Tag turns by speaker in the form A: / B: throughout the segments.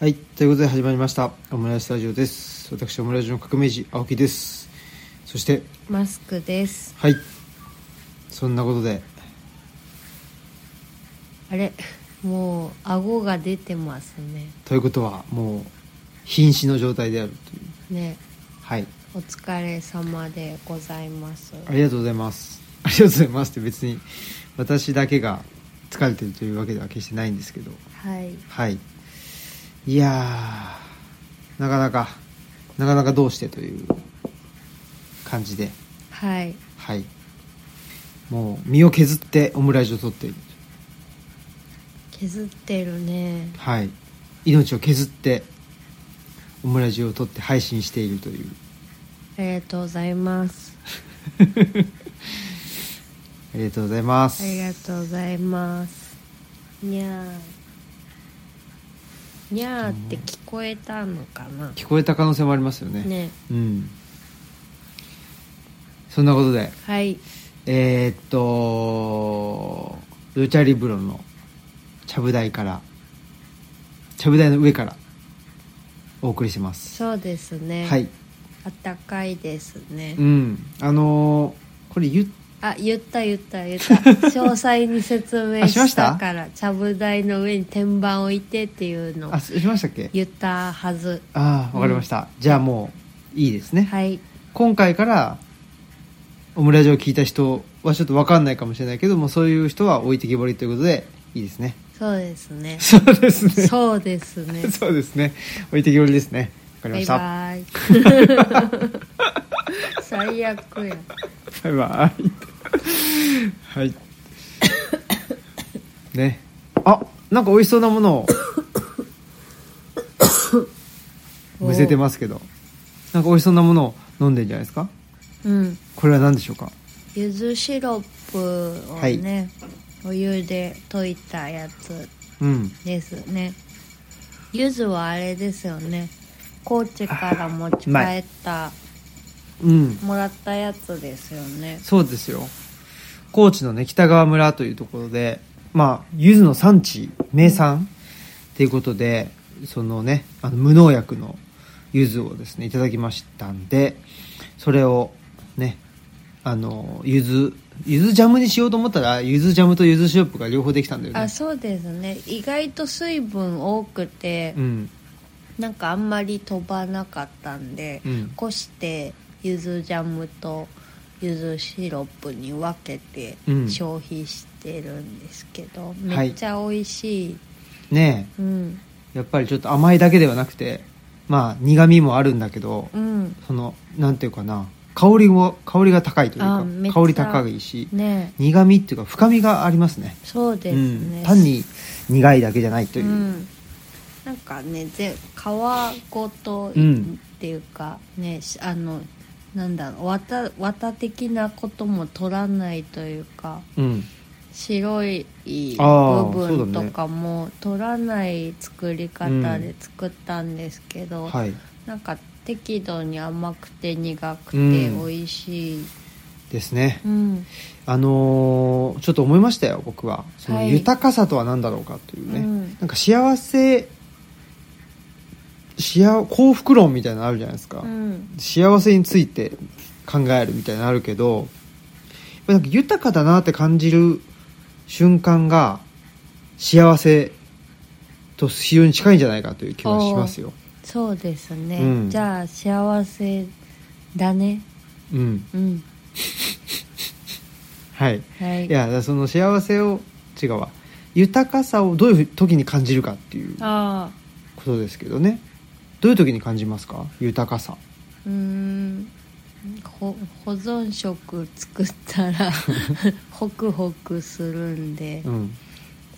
A: はい、ということで始まりましたオムライスタジオです私オムライスの革命児青木ですそして
B: マスクです。
A: はいそんなことで
B: あれ、もう顎が出てますね。
A: ということはもう瀕死の状態であるという
B: ね、
A: はい
B: お疲れ様でございます。
A: ありがとうございますありがとうございますって別に私だけが疲れてるというわけでは決してないんですけど
B: はい、
A: はいいやーなかなかなかなかどうしてという感じで
B: はい、
A: はいもう身を削ってオムライスを取っている
B: 削ってるね。
A: はい命を削ってオムライスを取って配信しているという
B: ありがとうございます。
A: ありがとうございます
B: ありがとうございます。にゃー。にゃーって聞こえたのかな。
A: 聞こえた可能性もありますよね
B: ね、
A: うんそんなことで
B: はい、
A: えー、っとルチャリブロのちゃぶ台からちゃぶ台の上からお送りします、
B: そうですね。
A: はい。
B: あったかいですね。
A: うんあのーこれ言っ
B: あ、言った言った言 った。詳細に説明
A: あしまし
B: したたから、ちゃぶ台の上に天板置いてっていうの
A: あしましたっけ
B: 言ったはず。
A: ああわかりました、じゃあもういいですね、
B: はい。
A: 今回からオムラジオを聞いた人はちょっと分かんないかもしれないけどもそういう人は置いてきぼりということでいいですね。
B: そうですね
A: そうですね。
B: そうですね
A: そうですね置いてきぼりですねわかり
B: バ
A: まし
B: イ
A: た
B: バイ。 最悪や。
A: バイバイはいねあなんか美味しそうなものをむせてますけどなんか美味しそうなものを飲んでんじゃないですか
B: うん。
A: これは何でしょうか
B: ゆずシロップをね、お湯で溶いたやつ
A: うん
B: ですね柚子はあれですよね高知から持ち帰った
A: うん
B: もらったやつですよね
A: そうですよ高知のね北川村というところでまあ柚子の産地名産っていうことでそのねあの無農薬の柚子をですねいただきましたんでそれをねあの柚子柚子ジャムにしようと思ったら柚子ジャムと柚子シロップが両方できたんだよね
B: あそうですね意外と水分多くて、
A: うん
B: なんかあんまり飛ばなかったんで、
A: うん
B: こして柚子ジャムと柚子シロップに分けて
A: うん
B: 消費してるんですけど、
A: は
B: め
A: い
B: っちゃ美味しい、
A: ね
B: うん
A: えやっぱりちょっと甘いだけではなくてまあ苦味もあるんだけど
B: うん
A: そのなんていうかな香りも香りが高いという
B: あめ
A: か
B: っち
A: 香
B: ゃ
A: り高いし
B: ね
A: 苦味っていうか深みがありますね
B: そうですね、
A: うん、単に苦いだけじゃないという、
B: ん、なんかねぜ皮ごとっ
A: うん
B: ていうかね、しあのなんだろう綿綿的なことも取らないというか
A: うん
B: 白い
A: あー
B: 部
A: そう
B: 分
A: だね
B: とかも取らない作り方で作ったんですけど、
A: はい
B: なんか適度に甘くて苦くて
A: うん
B: 美味しい、
A: ですね
B: うん
A: あのーちょっと思いましたよ僕はその
B: はい
A: 豊かさとは何だろうかというね、
B: うん
A: なんか幸せ幸幸福論みたいなのあるじゃないですか、
B: うん
A: 幸せについて考えるみたいなのあるけどやっぱなんか豊かだなって感じる瞬間が幸せと非常に近いんじゃないかという気はしますよ。
B: そうですね、
A: うん
B: じゃあ幸せだね
A: うん、
B: うん
A: はい、
B: はい
A: いやだからその幸せを違うわ豊かさをどういう時に感じるかっていう
B: ああ
A: ことですけどねどういう時に感じますか豊かさ
B: うーんほ保存食作っ たらホクホクするんで、
A: うん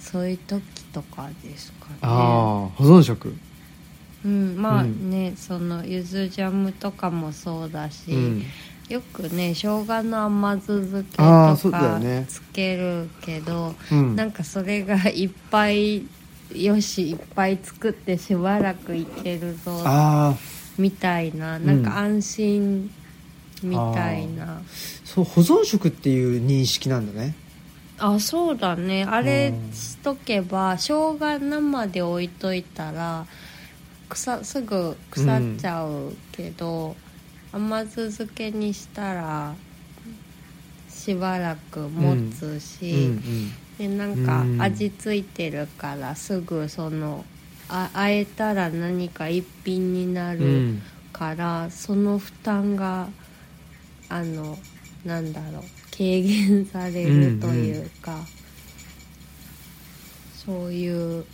B: そういう時とかですかね
A: ああ保存食
B: うん、まあ
A: うん
B: ね、そのゆずジャムとかもそうだし、
A: うん
B: よくね生姜の甘酢漬け
A: あーそ
B: と
A: うだよ
B: か
A: ね
B: つけるけど、
A: うん
B: なんかそれがいっぱいよしいっぱい作ってしばらくいけるぞ
A: ああ
B: みたいな
A: うん
B: なんか安心みたいな、
A: そう保存食っていう認識なんだね
B: あそうだねあ
A: う
B: れ
A: ん
B: しとけば生姜生で置いといたら草すぐ腐っちゃうけど、甘酢漬けにしたらしばらく持つ
A: うん
B: し、
A: うん
B: でなん
A: うん
B: か味付いてるからすぐそのああえたら何か一品にな
A: う
B: る
A: ん
B: から、その負担があのなんだろう軽減されるというか、そういう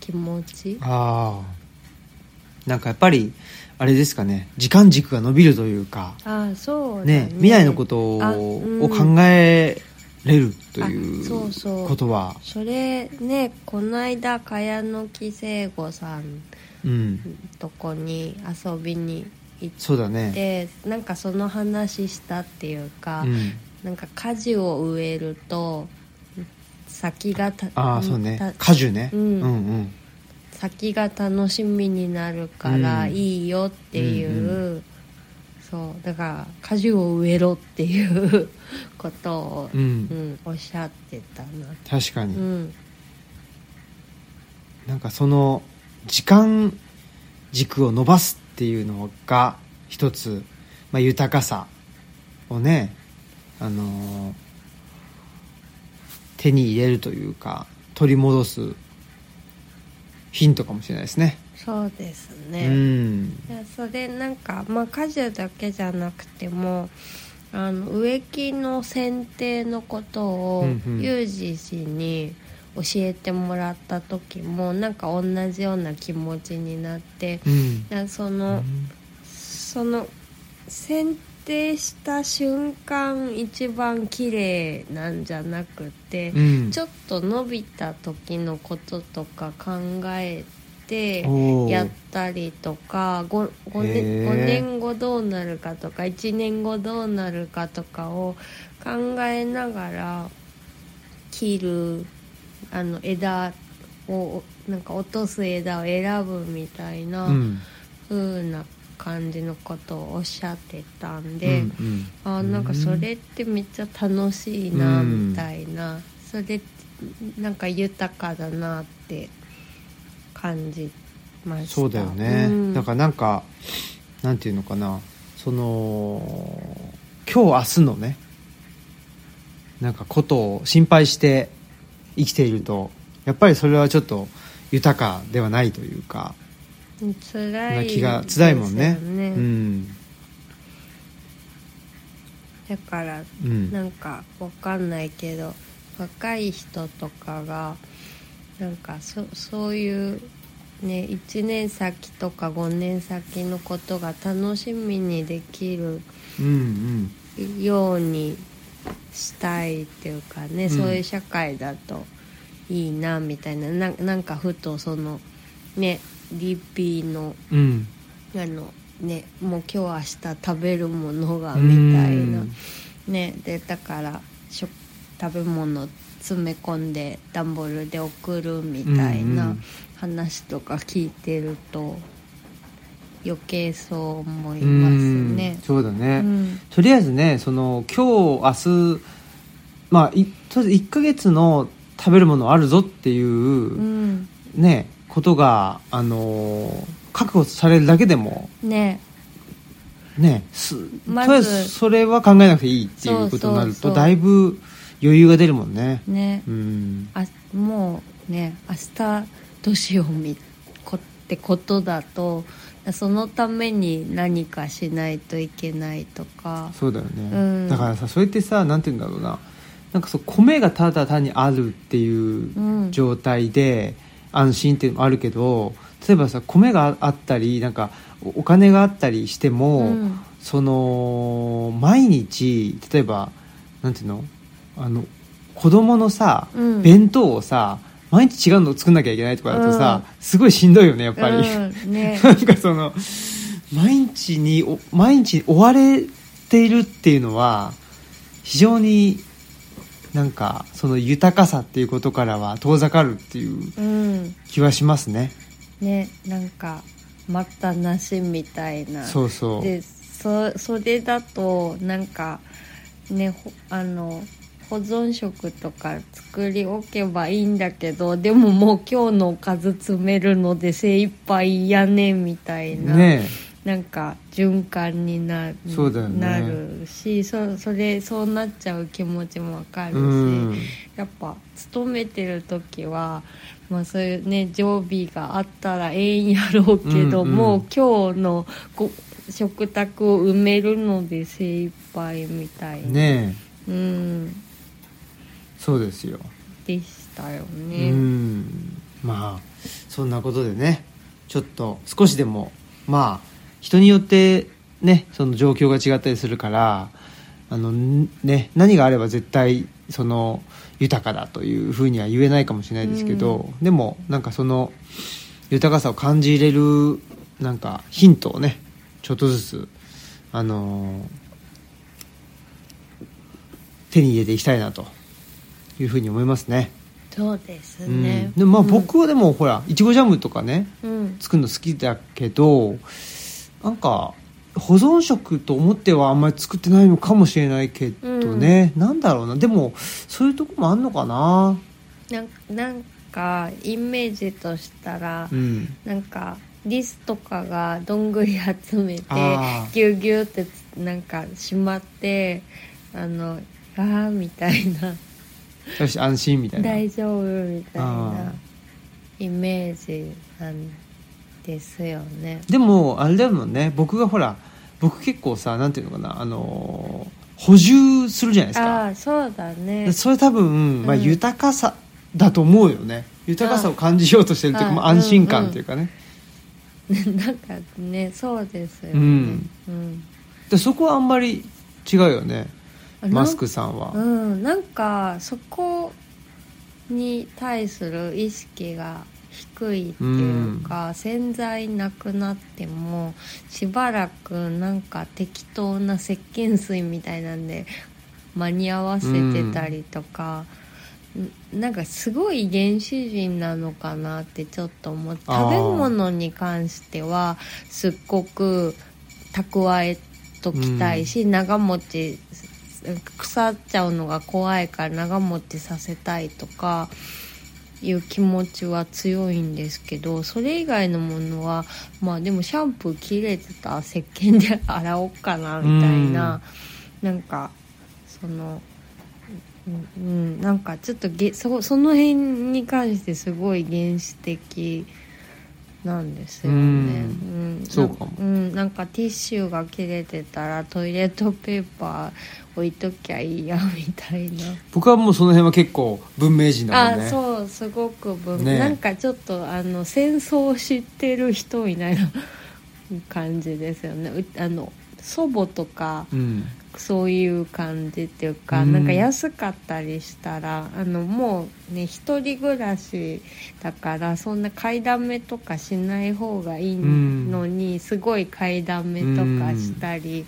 B: 気持ち
A: ああなんかやっぱりあれですかね時間軸が伸びるというか、
B: ああそうだ
A: ね
B: ね
A: 未来のこと
B: あ
A: を,、
B: うん
A: 考えれるとい
B: あそうそう
A: ことは
B: それねこないだ茅野木聖子さん
A: うん
B: とこに遊びに行っ
A: そうだね、
B: でなんかその話したっていうか、
A: うん、
B: なんか果樹を植えると先がた
A: ああそうね
B: た
A: 果樹ね、
B: うん
A: うんうん
B: 先が楽しみになるから
A: うん
B: いいよっていう、
A: うん
B: そうだから果樹を植えろっていうことを、
A: うん
B: うんおっしゃってたな
A: 確かに、
B: うん
A: なんかその時間軸を伸ばすっていうのが一つ、まあ、豊かさをね、あのー手に入れるというか取り戻すヒントかもしれないですね。
B: そうですね、
A: うん
B: いやそれなんか、まあ、果樹だけじゃなくてもあの植木の剪定のこと
A: う
B: を
A: んうん
B: ユージ氏に教えてもらった時もなんか同じような気持ちになって
A: うん
B: いやそうの
A: ん
B: その剪定した瞬間一番綺麗なんじゃなくて
A: うん
B: ちょっと伸びた時のこととか考えて。
A: おー
B: やったりとか 5, 5,
A: へー
B: 年5年後どうなるかとか1年後どうなるかとかを考えながら切るあの枝をなんか落とす枝を選ぶみたいな
A: うん
B: 風な感じのことをおっしゃってたんで、
A: うんうん
B: あーなんかそれってめっちゃ楽しいな
A: うん
B: みたいな、それなんか豊かだなって感じました
A: そうだよね、
B: うん
A: だからなんかなんていうのかなその今日明日のねなんかことを心配して生きているとやっぱりそれはちょっと豊かではないというか
B: 辛
A: ない気が辛いもんね
B: ですよ
A: うん
B: だから
A: うん
B: なんかわかんないけど若い人とかがなんかそそういう、ね、1年先とか5年先のことが楽しみにできる
A: うんうん
B: ようにしたいっていうかね、
A: うん
B: そういう社会だといいなみたいなななんかふとそのねリピーの
A: うん
B: あのねもう今日明日食べるものが
A: うん
B: みたいなねでだから食食べ物詰め込んで段ボールで送るみたい
A: うんう
B: なん話とか聞いてると余計そう思いますね
A: うん。そうだね、
B: うん
A: とりあえずねその今日明日まあいとりあえず1ヶ月の食べるものあるぞっていう、
B: うん
A: ねことが、あのー確保されるだけでも
B: ね
A: ねす
B: まず
A: とりあえずそれは考えなくていいっていうことになる
B: そうそうそ
A: と
B: う
A: だいぶ余裕が出るもんね
B: ね
A: うん
B: あもうね明日どうしようみこってことだとそのために何かしないといけないとか
A: そうだよね、
B: うん
A: だからさそれってさなんて言うんだろうななんかそう米がただ単にあるっていう
B: うん
A: 状態で安心っていうのもあるけど例えばさ米があったりなんかおお金があったりしても、
B: うん
A: その毎日例えばなんていうのあの子供のさ、
B: うん
A: 弁当をさ毎日違うのを作んなきゃいけないとかだとさ、すごいしんどいよねやっぱり、
B: うん、ね
A: なんかその毎日にお毎日追われているっていうのは非常になんかその豊かさっていうことからは遠ざかるっていう
B: うん
A: 気はしますね
B: ねなんか待ったなしみたいな
A: そうそう
B: でそそれだとなんかねほあの保存食とか作りおけばいいんだけどでももう今日のおかず詰めるので精一杯やねみたいな、
A: ね
B: なんか循環にな,、
A: そうだよね
B: なるしそそれそうなっちゃう気持ちもわ
A: え
B: かるし、
A: うん
B: やっぱ勤めてる時は、まあ、そういうね常備があったらええんやろうけど、
A: うんうん
B: もう今日のご食卓を埋めるので精一杯みたいな、
A: ねえ
B: うん、
A: そうですよ、
B: でしたよ
A: う
B: ね。
A: んまあそんなことでねちょっと少しでもまあ人によってねその状況が違ったりするからあのんね何があれば絶対その豊かだというふうには言えないかもしれないですけど、でもなんかその豊かさを感じれるなんかヒントをねちょっとずつあの手に入れていきたいなというふうに思いますね。
B: そうですね
A: うん、。でもまあ僕はでもほらいちごジャムとかね
B: うん、
A: 作るの好きだけどなんか保存食と思ってはあんまり作ってないのかもしれないけどね、なんだろうなでもそういうとこもあんのかな
B: なんなんかイメージとしたら、
A: うん
B: なんかリスとかがどんぐり集めて
A: あー
B: ぎゅうぎゅうってつなんかしまってあの「あー」みたいな
A: よし安心み
B: 「
A: たいな
B: 大丈夫」みたい
A: あ
B: なイメージなんですよね。
A: でもあれだもんね僕がほら僕結構さなんていうのかなあのー補充するじゃないですか
B: ああそうだね
A: で。それ多分、まあ、
B: うん
A: 豊かさだと思うよね、豊かさを感じようとしてるというか、
B: あ
A: まあ、安心感というかね、
B: なんかねそうですよね。
A: うん
B: うん
A: でそこはあんまり違うよね
B: あ
A: マスクさんは、
B: うん、なんかそこに対する意識が低いっていうか、潜在なくなってもしばらくなんか適当な石鹸水みたいなんで間に合わせてたりとか、んなんかすごい原始人なのかなってちょっと思って
A: あー
B: 食べ物に関してはすっごく蓄えときたいし、長持ち腐っちゃうのが怖いから長持ちさせたいとかいう気持ちは強いんですけどそれ以外のものはまあでもシャンプー切れてたら石鹸で洗おうかなみたいな、なんかその。うんうん、なんかちょっとげそその辺に関してすごい原始的なんですよね。
A: う
B: うんん
A: そうかも
B: うん、なんかティッシュが切れてたらトイレットペーパー置いときゃいいやみたいな。
A: 僕はもうその辺は結構文明人だもんね
B: あそうすごく文、
A: ね
B: なんかちょっとあの戦争を知ってる人みたいな感じですよねうあの祖母とか
A: うん、
B: そういう感じっていうか、
A: うん
B: なんか安かったりしたらあのもうね一人暮らしだからそんな買いだめとかしない方がいいのに、すごい買いだめとかしたり、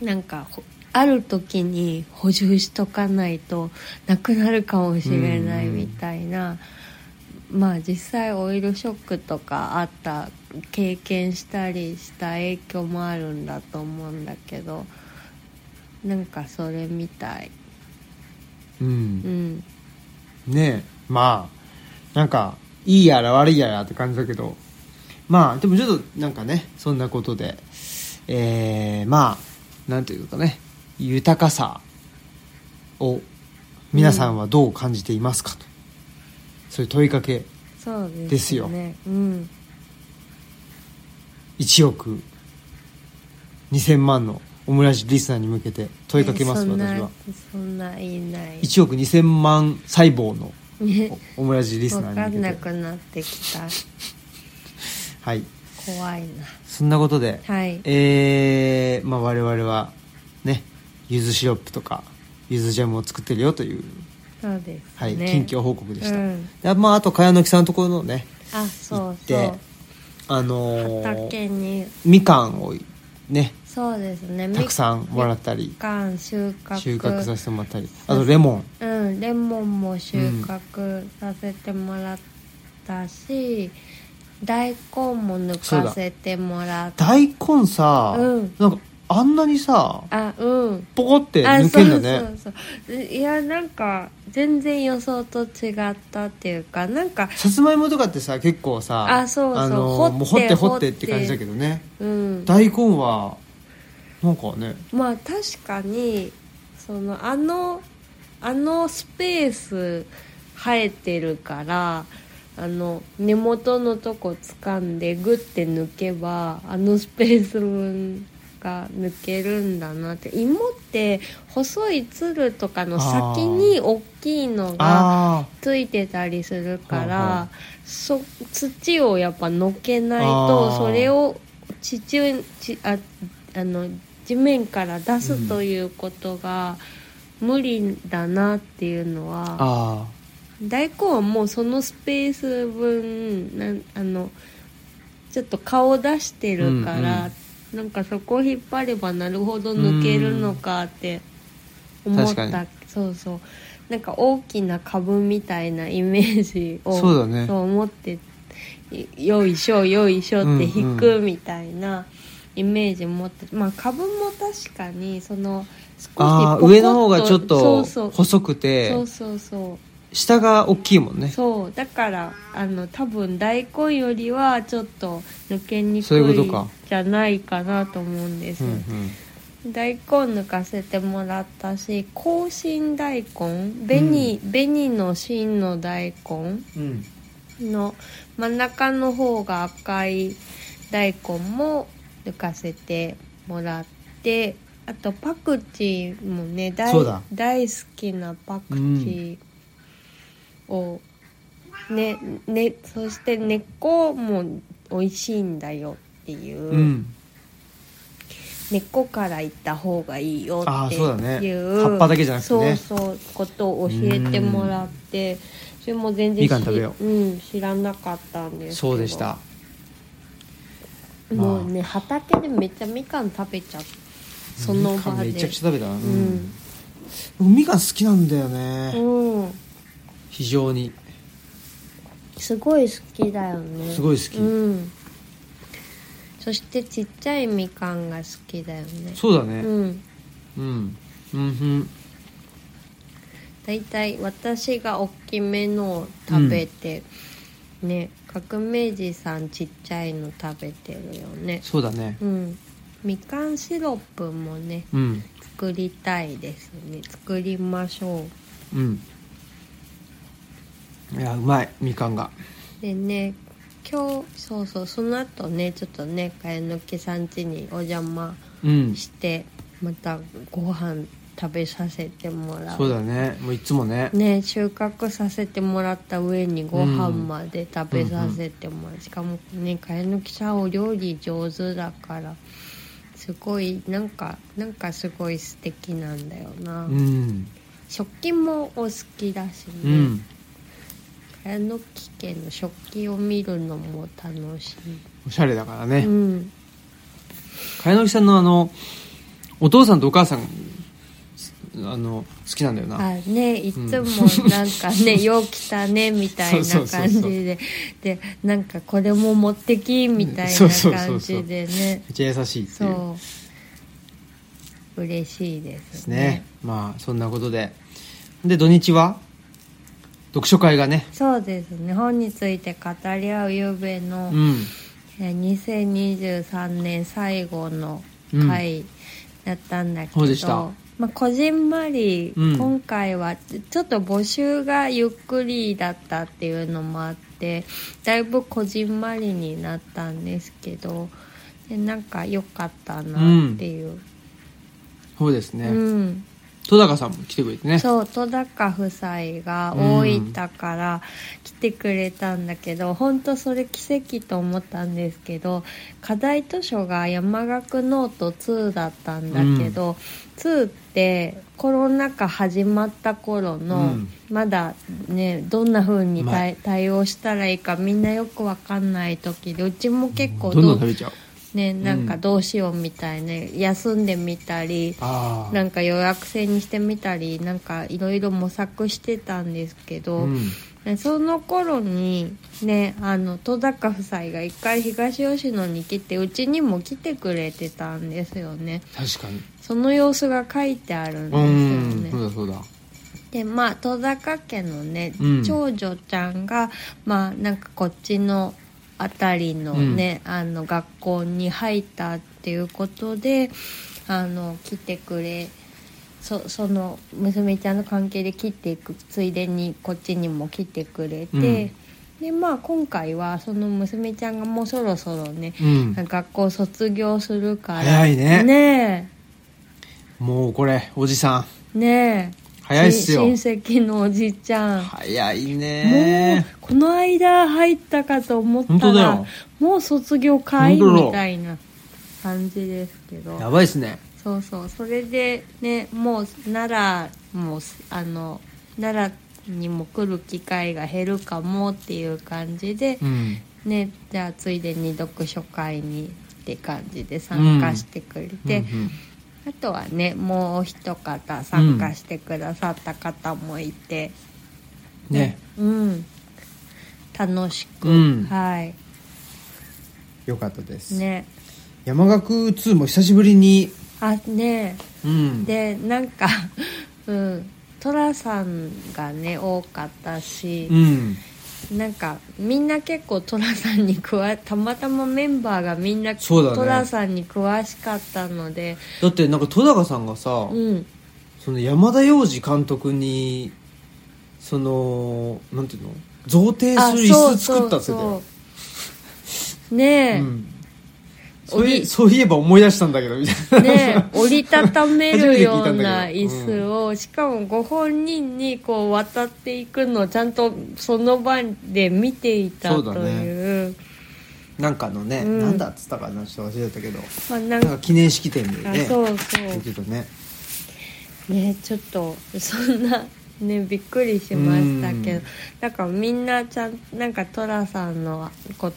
B: なんかほある時に補充しとかないとなくなるかもしれないみたいな。まあ実際オイルショックとかあった経験したりした影響もあるんだと思うんだけどなんかそれみたい
A: うん
B: うん
A: ねえまあなんかいいやら悪いやらって感じだけどまあでもちょっとなんかねそんなことでえー、まあなんていうかね豊かさを皆さんはどう感じていますかと、そういう問いかけ
B: そうですね
A: ですよ
B: うん
A: 1億2000万のオムラジリスナーに向けて問いかけます、
B: ねそんな
A: 私は
B: そんな言いない
A: 1億2000万細胞の
B: ね
A: オムラジリス
B: 分
A: ナー
B: か
A: に向
B: んな
A: けて
B: くなってきた
A: はい
B: 怖いな
A: そんなことで、
B: はい
A: えーまあ、我々はねゆずシロップとかゆずジャムを作ってるよという、
B: そうです
A: はい
B: ね
A: 近況報告でした、
B: うん
A: でまあ、あと茅野木さんのところのね
B: あそ
A: 行っ
B: う
A: て
B: そう
A: あのー
B: 畑に
A: みかんをね
B: そうですね
A: たくさんもらったり
B: みかん収穫
A: 収穫させてもらったりあとレモン
B: うん、レモンも収穫させてもらったし、大根も抜かせてもらった
A: 大根さ、
B: うん
A: なんかあんなにさ
B: あうん
A: ポコって
B: あ
A: 抜けんだね
B: そうそうそういやなんか全然予想と違ったっていうかなんか
A: さつまいもとかってさ結構さ
B: あそうそう
A: のもう掘っ
B: 掘ってて
A: 掘
B: 掘
A: っ
B: ってて
A: って感じだけどね
B: うん
A: 大根はなんかね
B: まあ確かにそのあのあのスペース生えてるからあの根元のとこ掴んでグッて抜けばあのスペース分が抜けるんだなって芋って細いつるとかの先に大きいのが
A: あ
B: ついてたりするか
A: はあはあ
B: らそ土をやっぱのけな
A: あ
B: いと
A: ー
B: それを地中ちああの地面から出すということが無理だなっていうの
A: あ
B: は、
A: あ
B: 大根はもうそのスペース分なんあのちょっと顔出してるから、
A: うん
B: なんかそこを引っ張ればなるほど抜けるのかって思っ
A: 確か
B: たそうそうなんか大きな株みたいなイメージを
A: そうだね
B: そう思っていよいしょよいしょって引
A: うんう
B: くみたいなイメージ持って、まあ株も確かにその少し
A: ああ
B: ポコッと
A: 上の方がちょっと
B: そうそう
A: 細くて
B: そうそうそう
A: 下が大きいもんね
B: そうだからあの多分大根よりはちょっと抜けに
A: そ
B: く
A: ういうこと
B: い
A: か
B: じゃないかなと思うんです、
A: うんうん
B: 大根抜かせてもらったし紅芯大根紅,、紅の芯の大根
A: うん
B: の真ん中の方が赤い大根も抜かせてもらってあとパクチーもね大
A: そうだ
B: 大好きなパクチーを、ねね、そして根っこも美味しいんだよっていう、
A: うん
B: 根っこからいった方がいいよ
A: あ
B: っ
A: あ
B: て
A: そうだね
B: いう
A: 葉っぱだけじゃなくてね
B: そうそうことを教えてもらってそれも全然
A: みかん食べよ
B: う、うん、知らなかったんですけど
A: そうでした
B: もうね畑でめっちゃみかん食べちゃったその
A: みか
B: 場
A: ん
B: で
A: めちゃくちゃ食べたなう
B: うん
A: ん、僕みかん好きなんだよね、
B: うん
A: 非常に
B: すごい好きだよね
A: すごい好き
B: うん、そしてちっちゃいみかんが好きだよね
A: そうだね
B: うん
A: うんうんうん
B: 大体私が大きめのを食べて、ね革命児さんちっちゃいの食べてるよね
A: そうだね
B: うんみかんシロップもね
A: うん
B: 作りたいですね作りましょう
A: うんいやうまいみかんが
B: でね今日そうそうその後ねちょっとねかやのきさん家にお邪魔
A: うん
B: してまたご飯食べさせてもらう
A: そうだねもういつもね
B: ね収穫させてもらった上にご飯まで食べさせてもらう、しかもねかえのきさんお料理上手だからすごいなんかなんかすごい素敵なんだよな、
A: うん
B: 食器もお好きだしね、
A: うん
B: かやのき家の食器を見るのも楽し
A: おしゃれだから
B: い、
A: ね
B: うん、
A: 茅野木さんのあのお父さんとお母さんあの好きなんだよな
B: あねいつもなんかね、 よう来たねみたい
A: そう
B: な
A: そう
B: 感
A: そ
B: じ
A: うそう
B: ででなんかこれも持ってきみたい
A: そうそう
B: な
A: そう
B: 感
A: そう
B: じでね
A: めっちゃ優しいっていうで
B: そう嬉しいです
A: す
B: ね
A: ねまあそんなことでで土日は読書会がね
B: そうですね本について語り合うゆうべの、
A: うん
B: えー2023年最後の回だったんだけど、
A: そうでした
B: まあ、こじんまり、
A: うん
B: 今回はちょっと募集がゆっくりだったっていうのもあってだいぶこじんまりになったんですけどでなんか良かったなっていう、
A: そうですね、
B: うん、
A: 戸高さんも来てくれてね
B: そう戸高夫妻が大分から来てくれたんだけど、本当それ奇跡と思ったんですけど課題図書が山岳ノート2だったんだけど、2ってコロナ禍始まった頃の、
A: うん
B: まだねどんな風に
A: ま
B: 対,、対応したらいいかみんなよくわかんない時でうちも結構
A: どんどん
B: ど
A: 食
B: う
A: べちゃう
B: ね、なんかどうしようみたいな、休んでみたり。
A: ああ
B: なんか予約制にしてみたりなんかいろいろ模索してたんですけど、
A: うん
B: ねその頃にねあの戸高夫妻が一回東吉野に来てうちにも来てくれてたんですよね
A: 確かに
B: その様子が書いてあるんで
A: う
B: すよ
A: ん
B: ね
A: そうだそうだ
B: でまあ戸高家のね、
A: うん
B: 長女ちゃんがまあなんかこっちの辺りのね、あの学校に入ったっていうことであの来てくれそその娘ちゃんの関係で来ていくついでにこっちにも来てくれて、
A: うん
B: でまあ今回はその娘ちゃんがもうそろそろね、
A: うん
B: 学校卒業するから
A: 早いね
B: ね
A: もうこれおじさん
B: えねえ
A: 早いっすよ
B: 親戚のおじちゃん
A: 早い
B: もう
A: ね
B: この間入ったかと思っ
A: 本
B: た
A: 当だ
B: ら
A: よ
B: もう卒業会
A: 本当だ
B: みたいな感じですけど
A: やばいっすね
B: そうそうそれでねもう奈良もあの奈良にも来る機会が減るかもっていう感じで、
A: うん
B: ねじゃあついでに読書会にって感じで参加してくれて、
A: うんうん
B: あとはねもう一方参加してくださった方もいて。
A: ね
B: うん、楽しく、
A: うん
B: はい
A: よかったです、
B: ね
A: 山岳2も久しぶりに
B: あね
A: うん
B: でなんか うん寅さんがね多かったし
A: う、ん
B: なんかみんな結構寅さんに詳たまたまメンバーがみんな
A: そうだね
B: 寅さんに詳しかったので
A: だってなんか戸高さんがさ、
B: うん
A: その山田洋次監督にそのなんていうの贈呈する椅子作ったって言ってたよ
B: うねえ、
A: うんそう
B: お
A: い
B: ぎ
A: そういえば思い出したんだけどみたいな
B: ね、折りたためるよう
A: 初めて聞
B: な椅
A: いたんだけど
B: 子を、しかもご本人にこう渡っていくのをちゃんとその場で見ていた
A: そ
B: と
A: うだね
B: いう
A: なんかのね、
B: うん
A: なんだっつったかなちょっと忘れたけど
B: まあなん
A: なん
B: か
A: か記念式典でね
B: そう
A: 言っ
B: そ
A: てたね
B: うねちょっとそんなねびっくりしましたけ
A: うん
B: どなんかみんなちゃんなんか寅さんのこ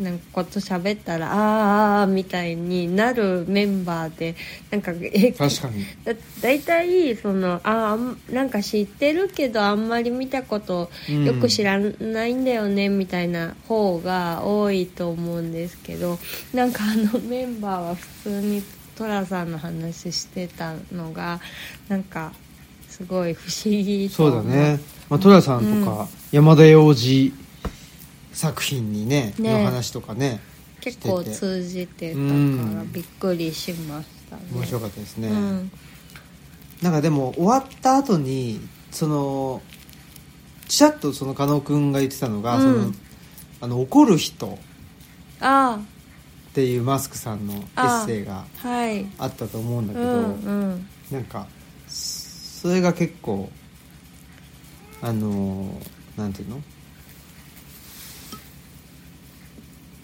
B: なんかこと喋ったらあーあーみたいになるメンバーでなんかえ
A: 確かに
B: だ大体そのああんなんか知ってるけどあんまり見たこと
A: うん
B: よく知らないんだよね、みたいな方が多いと思うんですけどなんかあのメンバーは普通に寅さんの話してたのがなんかすごい不思議と
A: そう
B: 思
A: だね、まあ、寅さんとか、山田洋次作品にね
B: ね
A: の話とかね
B: 結構
A: してて
B: 通じてたか
A: う
B: ら
A: ん
B: びっくりしましたね。
A: 面白かったですね、
B: うん
A: なんかでも終わった後にそのちらっとその加納君が言ってたのが、
B: うん
A: そのあの怒る人っ
B: あ
A: ていうマスクさんのエッセイが
B: あはい
A: あったと思うんだ
B: う
A: けど、
B: んうん
A: なんかそそれが結構あのーなんていうの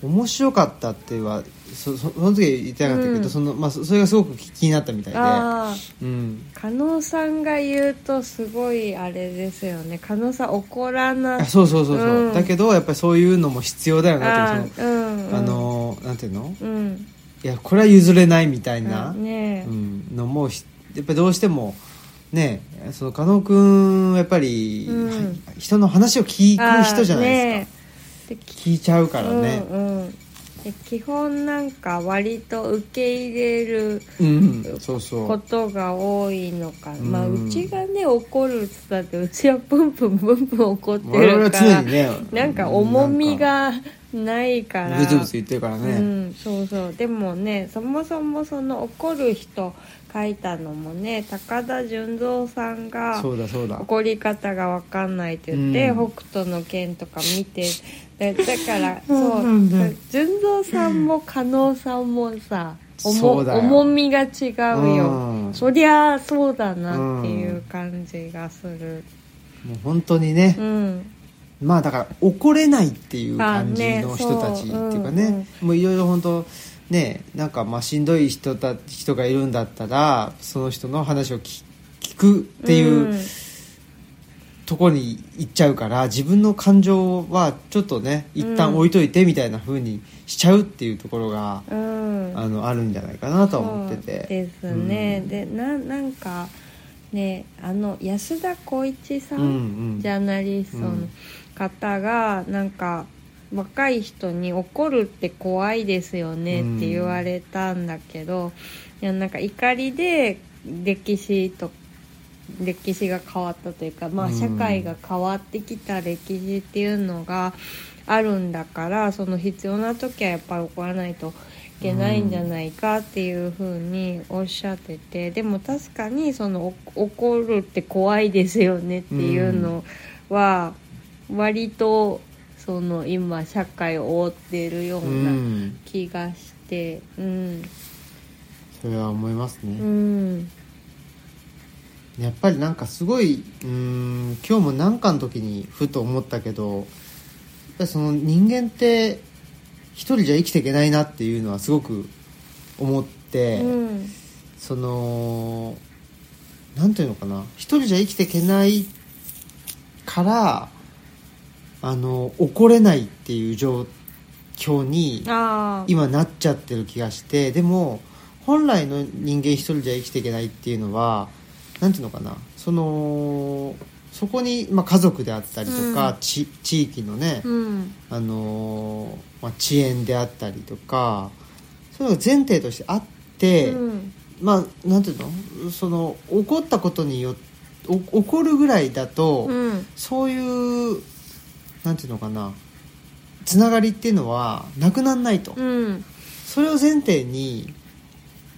A: 面白かったってはそそその時言ってなかったけど、
B: うん
A: そのまあ、そそれがすごく気になったみたいで、
B: ああ
A: うん、
B: 加納さんが言うとすごいあれですよね加納さん怒らな
A: あそうそうそうそう、
B: うん
A: だけどやっぱりそういうのも必要だよなっていうそ
B: あうんうん
A: の、あのーなんていうの
B: うん
A: いやこれは譲れないみたいな、
B: うんねえ
A: うん、のもひやっぱりどうしてもねその加納君はやっぱり、
B: うん
A: は人の話を聞く人じゃないですか、
B: すか、ねえ
A: 聞いちゃうから
B: で
A: ね
B: うんうん、で基本なんか割と受け入れる
A: うん、そうそ
B: こ
A: う
B: とが多いのかな、
A: うん
B: まあうちがね怒るっつったってうちはプンプンプンプン怒って
A: 我々
B: る
A: は
B: から
A: 常にね
B: なんか重みがないから
A: ブツブツ言ってるからね、
B: うん、そうそうでもねそもそもその怒る人書いたのもね高田純三さんが
A: そうだそうだ
B: 怒り方が分かんないって言って、
A: うん
B: 北斗の拳とか見てだだか ら
A: そう
B: そ
A: なんだ
B: う純三さんも加納さんもさ
A: そ
B: 重
A: うだよ
B: 重みが違うよ、
A: うん
B: そりゃあそうだなっていう感じがする
A: もう本当にね
B: う、ん
A: まあだから怒れないっていう
B: あ
A: 感じ
B: ね
A: の人たちっていうか
B: そううん
A: ねもういろいろ本当ねなんかまあしんどい人た人がいるんだったらその人の話を聞聞くっていう、
B: ん
A: とこに行っちゃうから自分の感情はちょっとね一旦置いといてみたいな風にしちゃうっていうところが、
B: うん
A: あのあるんじゃないかなとは思って
B: そう
A: て
B: ですね、
A: うん
B: でななんかねあの安田浩一さん、
A: うんうん
B: ジャーナリストの方がなんか若い人に怒るって怖いですよねって言われたんだけど、いやなんか怒りで歴史と歴史が変わったというか、ま
A: う
B: あ、
A: ん
B: 社会が変わってきた歴史っていうのがあるんだからその必要な時はやっぱり怒らないといけないんじゃないかっていうふうにおっしゃっててでも確かにそのお怒るって怖いですよねっていうのは割とその今社会を覆ってるよ
A: う
B: うなん気がしてうん
A: それは思います
B: う
A: ね、
B: ん
A: やっぱりなんかすごいうーん今日もなんかの時にふと思ったけどやっぱりその人間って一人じゃ生きていけないなっていうのはすごく思って、
B: うん
A: そのなんていうのかな一人じゃ生きていけないからあの怒れないっていう状況に
B: ああ
A: 今なっちゃってる気がしてでも本来の人間一人じゃ生きていけないっていうのはなんていうのかなそのそこに、まあ、家族であったりとか、
B: うん
A: ち地域のね、
B: うん
A: あのまあ、遅延であったりとかそういうのが前提としてあって。
B: うん
A: まあなんていうのその怒ったことによって怒るぐらいだと、
B: うん
A: そういうなんていうのかなつながりっていうのはなくならないと、
B: うん
A: それを前提に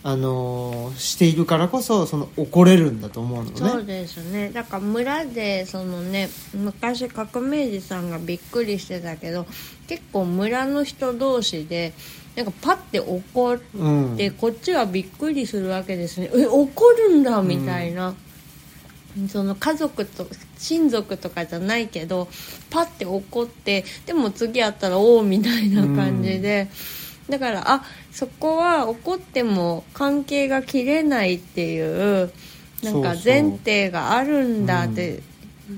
A: あのーしているからこそその怒れるんだと思うのね
B: そうですねだから村でそのね昔革命児さんがびっくりしてたけど結構村の人同士でなんかパッて怒っ
A: うん
B: てこっちはびっくりするわけですねえ怒るんだみたいな、その家族と親族とかじゃないけどパッて怒ってでも次会ったらおおみたいな感じで、だからあそこは怒っても関係が切れないっていうなんか
A: そうそう
B: 前提があるんだって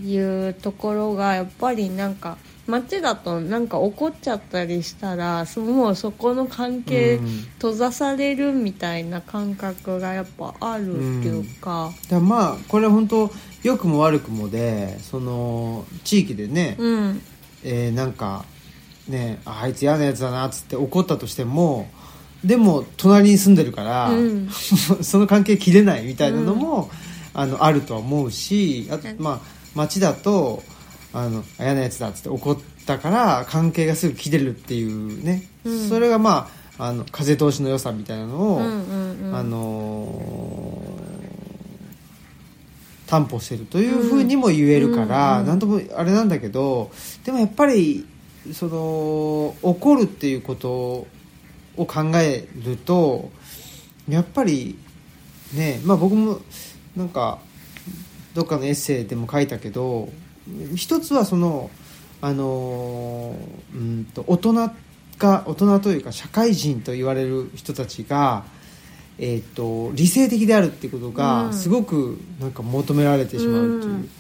B: いうところがやっぱりなんか街だとなんか怒っちゃったりしたらそもうそこの関係
A: うん
B: 閉ざされるみたいな感覚がやっぱあるっていうか。
A: だからまあこれ本当良くも悪くもでその地域でね、
B: うん
A: えーなんかねああいつ嫌なやつだなっつって怒ったとしてもでも隣に住んでるから、
B: うん
A: その関係切れないみたいなのも、あのあるとは思うしあと
B: うん
A: まあ町だとあのあ嫌なやつだっつって怒ったから関係がすぐ切れるっていうね、
B: うん
A: それがまああの風通しの良さみたいなのを、
B: うんうんうん
A: あのー担保してるというふうにも言えるから、
B: うん
A: なんともあれなんだけどでもやっぱりその怒るっていうことを考えるとやっぱりねまあ僕もなんかどっかのエッセイでも書いたけど一つはそのあのうんと大人が大人というか社会人と言われる人たちが、えー、と理性的であるっていうこと
B: う
A: が
B: ん
A: すごくなんか求められてしまうという、
B: うん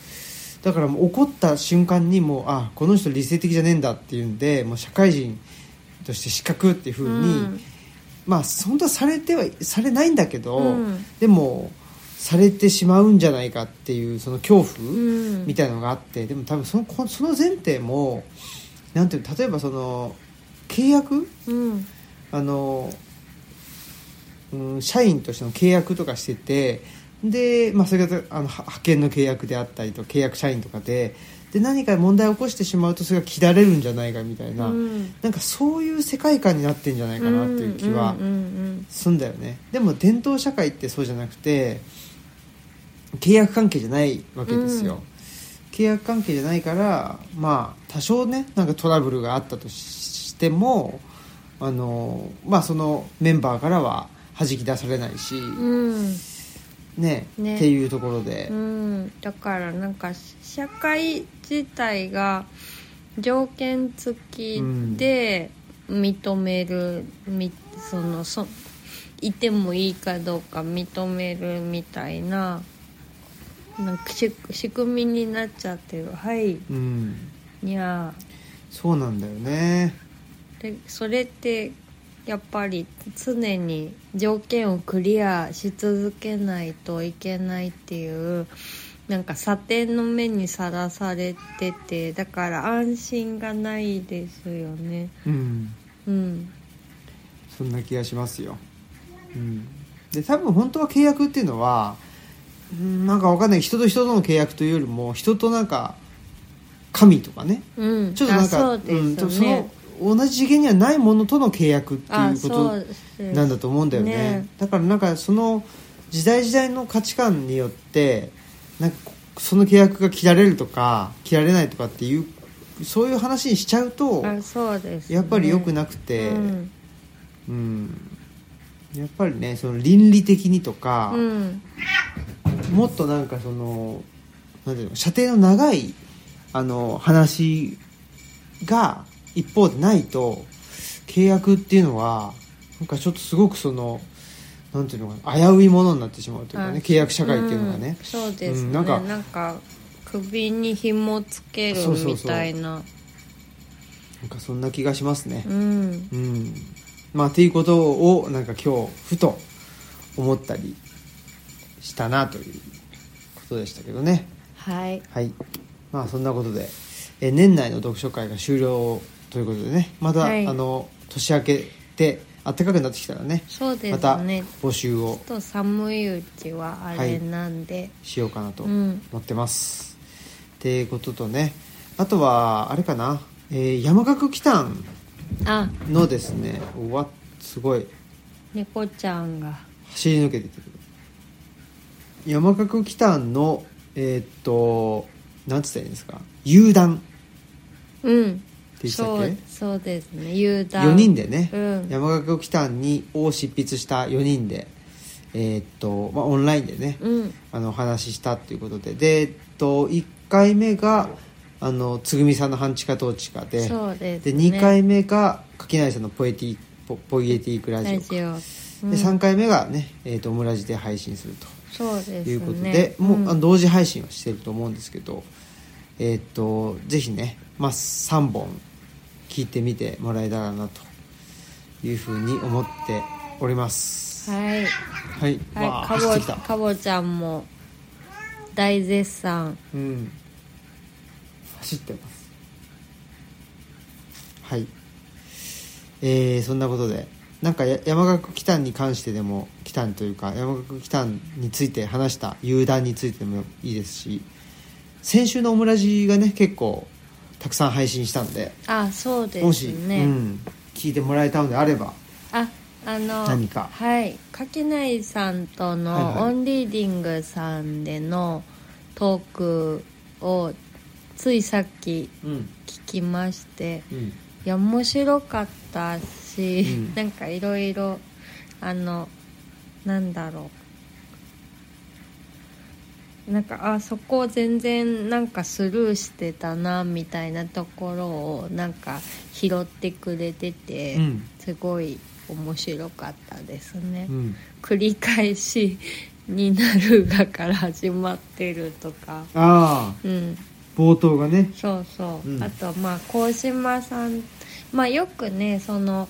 A: だからもう怒った瞬間にもうあこの人理性的じゃねえんだっていうんでもう社会人として失格っていうふうに、
B: うん
A: まあ本当はされてはされないんだけど、
B: うん
A: でもされてしまうんじゃないかっていうその恐怖、
B: うん
A: みたいなのがあってでも多分そのこその前提もなんていうの例えばその契約
B: うん
A: あの、うん、社員としての契約とかしててで、まあ、それがあのは派遣の契約であったりと契約社員とかでで何か問題を起こしてしまうとそれが切られるんじゃないかみたいな、
B: うん
A: なんかそういう世界観になってんじゃないかなっていう気は
B: うんうん
A: すんだよね、でも伝統社会ってそうじゃなくて契約関係じゃないわけですよ、
B: うん
A: 契約関係じゃないからまあ多少ねなんかトラブルがあったとししてもあのまあそのメンバーからは弾き出されないし、
B: うん
A: ね
B: ね
A: っていうところで
B: う、んだからなんか社会自体が条件付きで認める、みそのそいてもいいかどうか認めるみたいななんかし仕組みになっちゃってるはい
A: うん
B: にゃー
A: そうなんだよね
B: でそれってやっぱり常に条件をクリアし続けないといけないっていうなんか査定の目にさらされててだから安心がないですよね
A: うん
B: うん
A: そんな気がしますよ、うん、で多分本当は契約っていうのはうんなんかわかんない人と人との契約というよりも人となんか神とかね
B: うん
A: ちょっとなん
B: あ
A: か
B: そうですよね、
A: ん多分その同じ次元にはないものとの契約って
B: あ
A: いうこ
B: そ
A: と
B: うです
A: なんだと思うんだよね
B: ね
A: だからなんかその時代時代の価値観によってなんかその契約が切られるとか切られないとかっていうそういう話にしちゃうと
B: あそうですね、
A: やっぱり良く
B: っ
A: なくて、
B: うん
A: うんやっぱりねその倫理的にとか、
B: うん
A: もっとなんかそのなんていうの射程の長いあの話が一方でないと契約っていうのはなんかちょっとすごくそのなんていうのかな危ういものになってしまうというか
B: は
A: ね
B: い
A: 契約社会っていうのがね
B: ん、そうですね、
A: うんな
B: なん
A: か
B: んか首に紐つける
A: そうそうそう
B: みたいな
A: なんかそんな気がしますね。
B: うん
A: うんまあっていうことをなんか今日ふと思ったりしたなということでしたけどね。
B: はい
A: はい。まあそんなことで、えー年内の読書会が終了ということでね、また、
B: はい
A: あの年明けて暖かくなってきたらね、
B: そうで
A: また
B: すね、
A: 募集を
B: ちょっと寒いうちはあれなんで、
A: しようかなと
B: うん
A: 思ってます。っていうこととね、あとはあれかな、えー山岳祈祷
B: あ
A: のですね、うわすごい
B: 猫ちゃんが
A: 走り抜けてくる。山岳祈祷のえーっとなんつったらいいんですか、遊談
B: うん
A: って言ってた
B: そ
A: っけ
B: う？そうですね雄大
A: 4人でね、
B: うん
A: 山岳北にを執筆した4人で、えーっとまあ、オンラインでね、
B: うん
A: あのお話ししたっていうことでで、えっと、1回目があのつぐみさんの半地下統治下で
B: そうです
A: で
B: ね
A: 2回目が垣内さんのポエティポポイエティックラジオ
B: ラジオ、うん
A: で3回目がね、えーっとオムラジで配信すると。
B: そうですね
A: ということで、もう、あの同時配信をしてると思うんですけど、えーっと、ぜひね、まあ、3本聞いてみてもらえたらなというふうに思っております。い。
B: はい
A: はい。わ
B: は
A: あ
B: い、か
A: 走ってき
B: ぼ
A: た。
B: かぼちゃんも大絶賛
A: うん。走ってます。はい。えー、そんなことで、なんかや山岳北に関してでも、北というか、山岳北について話した遊談についてもいいですし、先週のオムラジがね、結構たくさん配信したんで、
B: あそうで
A: も
B: す
A: し、
B: ね、
A: うん、聞いてもらえたのであれば、
B: ああの
A: 何か
B: はい垣内さんと
A: はい
B: の
A: は
B: オ
A: い
B: ンリーディングさんでのトークをついさっき
A: うん、
B: 聞きまして
A: うん、
B: いや面白かったし、
A: うん
B: なんかいろいろあのなんだろうなんかあそこを全然なんかスルーしてたなみたいなところをなんか拾ってくれてて、
A: うん
B: すごい面白かったですね、
A: うん。
B: 繰り返しになるがから始まってるとか
A: ああ、
B: うん
A: 冒頭がね、
B: そうそう、
A: うん
B: あとまあ鴻島さんまあよくねその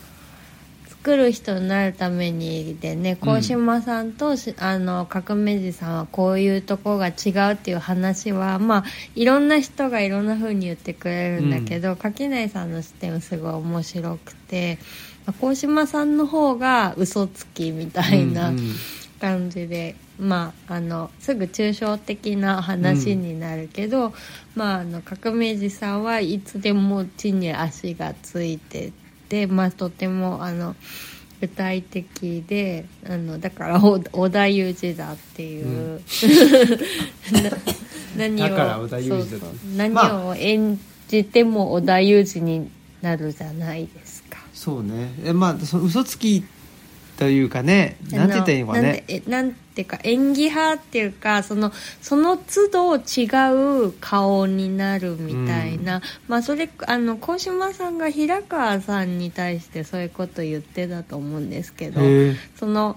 B: 作る人になるためにでね鴻島さんとし、あの革命児さんはこういうとこが違うっていう話はまあいろんな人がいろんな風に言ってくれるんだけど、垣内さんの視点はすごい面白くてまあ鴻島さんの方が嘘つきみたいな。
A: うんうん
B: 感じで、まあ、あのすぐ抽象的な話になるけど、まあ、あの革命児さんはいつでも地に足がついてて、まあ、とてもあの具体的であのだからお織田裕二だっていう、 な何 を
A: だから織田裕二だって
B: そうそう何
A: まあ
B: を演じても織田裕二になるじゃないですか。
A: そうねえまあその嘘つきというかねなんて言ったらいいのか
B: あのなん
A: ね
B: てえなんていうか演技派っていうかそのその都度違う顔になるみたいな、まあそれあの鴻島さんが平川さんに対してそういうこと言ってたと思うんですけど
A: へえ
B: その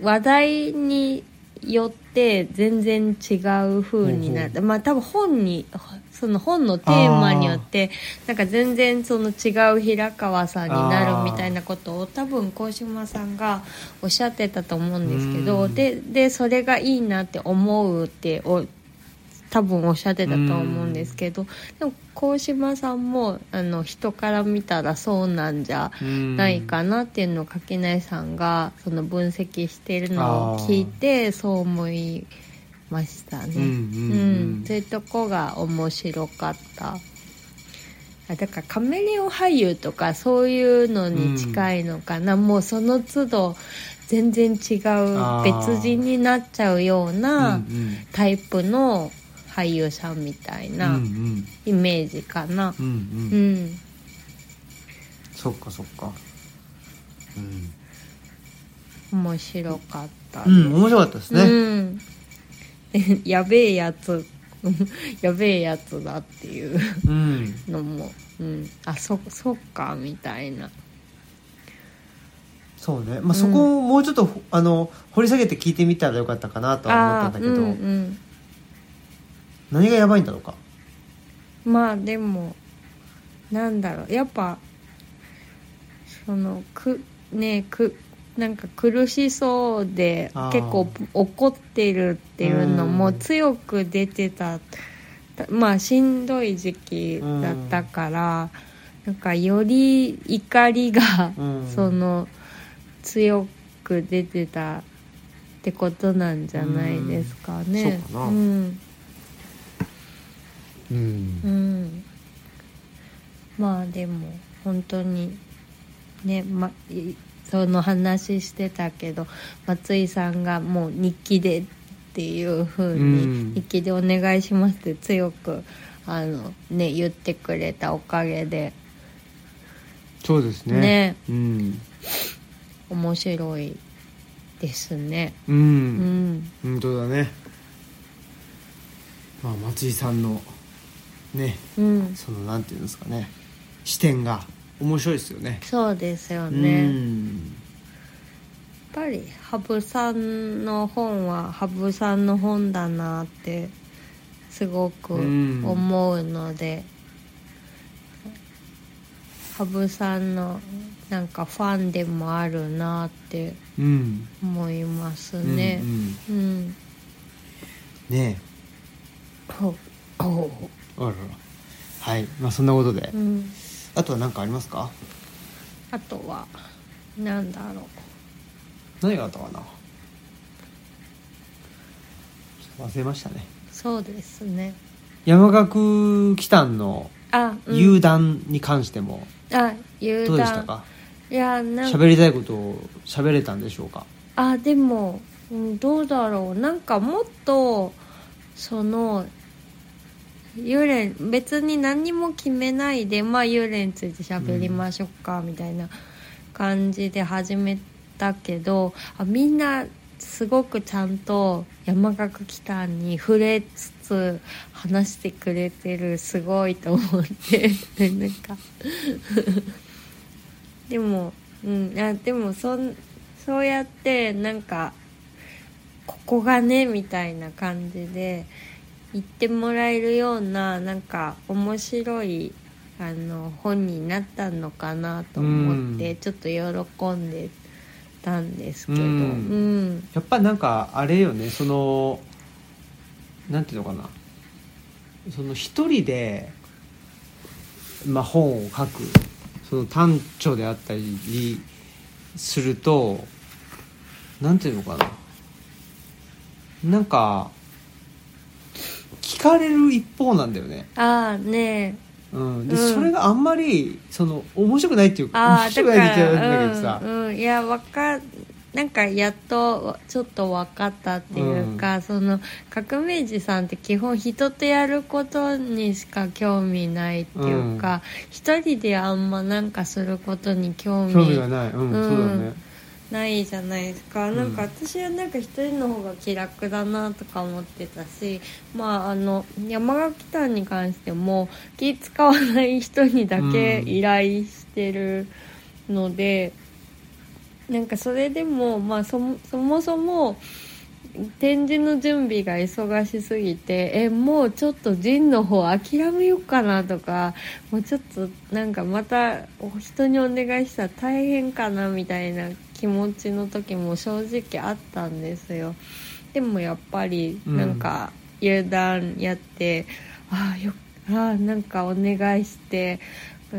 B: 話題によって全然違う風になってまあ多分本にその本のテーマによってなんか全然その違う平川さんになるみたいなことを多分鴻島さんがおっしゃってたと思うんですけ
A: う
B: ど
A: ん
B: ででそれがいいなって思うってお多分おっしゃってたと思うんですけどでも鴻島さんもあの人から見たらそうなんじゃないかなっていうのを垣内さんがその分析してるのを聞いてそう思いましたね。
A: うんうんうん
B: うんそういうとこが面白かった。あだからカメレオン俳優とかそういうのに近いのかな、もうその都度全然違う
A: あー
B: 別人になっちゃうよう
A: う
B: なんタイプの俳優さんみたい
A: うんうん
B: なイメージかな。
A: うんうん
B: う
A: うん
B: ん
A: そっかそっかうん
B: 面白かったです、
A: うん面白かったですね
B: うん、 やべえやつ やべえやつだっていう
A: うん
B: のも、うん、あそそっかみたいな
A: そうねまあそこをもうちょっとほあの掘り下げて聞いてみたらよかったかなとは思ったんだけ
B: あー
A: ど
B: うん
A: 何がやばいんだろうか
B: うん、まあでもなんだろうやっぱそのくねくなんか苦しそうで
A: あー
B: 結構怒ってるっていうの
A: う
B: も
A: ん
B: 強く出てたまあしんどい時期だったから、なんかより怒りが、
A: うん
B: その強く出てたってことなんじゃないですかね。
A: うんそうかな
B: うん
A: う
B: うんん、まあでも本当にね、ま、いその話してたけど松井さんがもう日記でっていう風
A: うん
B: に日記でお願いしますって強くあの、ね、言ってくれたおかげで
A: そうですね
B: ね
A: うん
B: 面白いですね。
A: う
B: うんん、
A: 本当だねまあ松井さんのね
B: うん、
A: そのなんていうんですかね視点が面白いですよね
B: そうですよ
A: う
B: ね。
A: ん
B: やっぱり羽生さんの本は羽生さんの本だなってすごく
A: うん
B: 思うので羽生さんのなんかファンでもあるなって
A: うん
B: 思いますね
A: うんうん
B: うん、
A: ね
B: ほうほ
A: えあららはいまあそんなことで、
B: ううん
A: あとは何かありますか
B: あとはなんだろう
A: 何があったかなちょっと忘れましたね
B: そうですね
A: 山岳北谷の
B: あ、うん、
A: 遊談に関しても、
B: あ遊
A: どうでした
B: 談
A: か
B: いやなんか
A: 喋りたいことを喋れたんでしょうか
B: あでも、うん、どうだろうなんかもっとその幽霊別に何も決めないでまあ幽霊について喋りましょうか、みたいな感じで始めたけどあみんなすごくちゃんと山岳北に触れつつ話してくれてるすごいと思って なんかでもうんあでもそんそうやってなんかここがねみたいな感じで言ってもらえるようななんか面白いあの本になったのかなと思って、
A: うん
B: ちょっと喜んでたんですけど、
A: う
B: うんん
A: やっぱなんかあれよねそのなんていうのかなその一人で、まあ、本を書くその短調であったりするとなんていうのかななんか聞かれる一方なんだよね、
B: ああね
A: うん、で、
B: うん
A: それがあんまりその面白くないっていうか
B: あ
A: 面
B: あだ
A: 白く
B: か
A: ないって言っちゃうん
B: ら
A: だけどさ、
B: うん、うん、いやわかなんかやっとちょっと分かったっていうか、その革命児さんって基本人とやることにしか興味ないっていうか一、人であんまなんかすることに興味
A: 興味がない、うん
B: うん
A: そうだね
B: ないじゃないですか、
A: うん
B: なんか私はなんか一人の方が気楽だなとか思ってたしまああの山垣さんに関しても気使わない人にだけ依頼してるので、なんかそれでもまあそもそもそも展示の準備が忙しすぎてえもうちょっとジンの方諦めようかなとかもうちょっとなんかまたお人にお願いしたら大変かなみたいな気持ちの時も正直あったんですよでもやっぱり
A: うん
B: なんか油断やって、ああよああなんかお願いして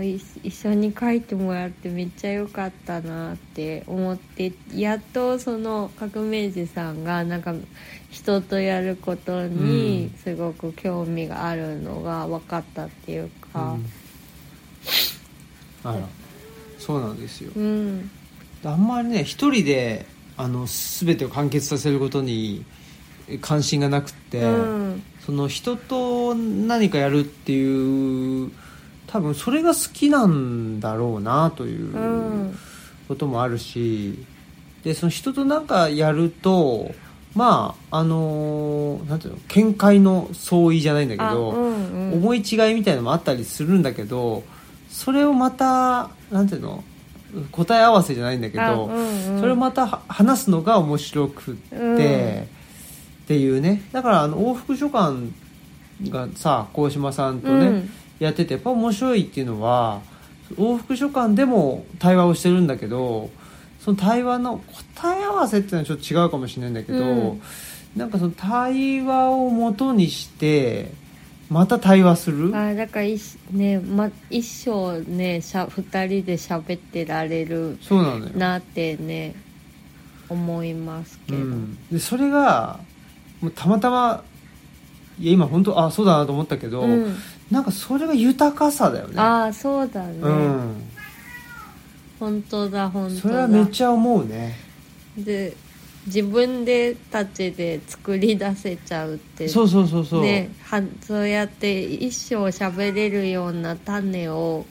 B: い一緒に書いてもらってめっちゃ良かったなって思ってやっとその革命児さんがなんか人とやることにすごく興味があるのが分かったっていうか
A: うんあらそうなんですよ
B: うん
A: あんまりね一人であの全てを完結させることに関心がなくって、
B: うん
A: その人と何かやるっていう多分それが好きなんだろうなという
B: うん
A: こともあるしでその人と何かやるとまああのなんていうの見解の相違じゃないんだけ
B: あ
A: ど、
B: うんうん
A: 思い違いみたいのもあったりするんだけどそれをまたなんていうの答え合わせじゃないんだけ
B: あ
A: ど、
B: うんうん
A: それをまたは話すのが面白くって、
B: うん
A: っていうねだからあの往復書簡がさ鴻島さんとね、
B: うん
A: やっててやっぱ面白いっていうのは往復書簡でも対話をしてるんだけどその対話の答え合わせっていうのはちょっと違うかもしれないんだけど、
B: うん
A: なんかその対話を元にしてまた対話する、
B: あーだからいしね、ま、一生ねしゃ2人で喋ってられる
A: そうなのよ
B: なってね思いますけ
A: う
B: ど、
A: ん、でそれがもうたまたまいや今本当あそうだなと思ったけど、
B: うん
A: なんかそれが豊かさだよね
B: ああそうだね、
A: うん
B: 本当だ本当だ
A: それはめっちゃ思うね
B: で自分でたちで作り出せちゃうって
A: そうそうそうそう、
B: ね、はそうやって一生喋れるような種を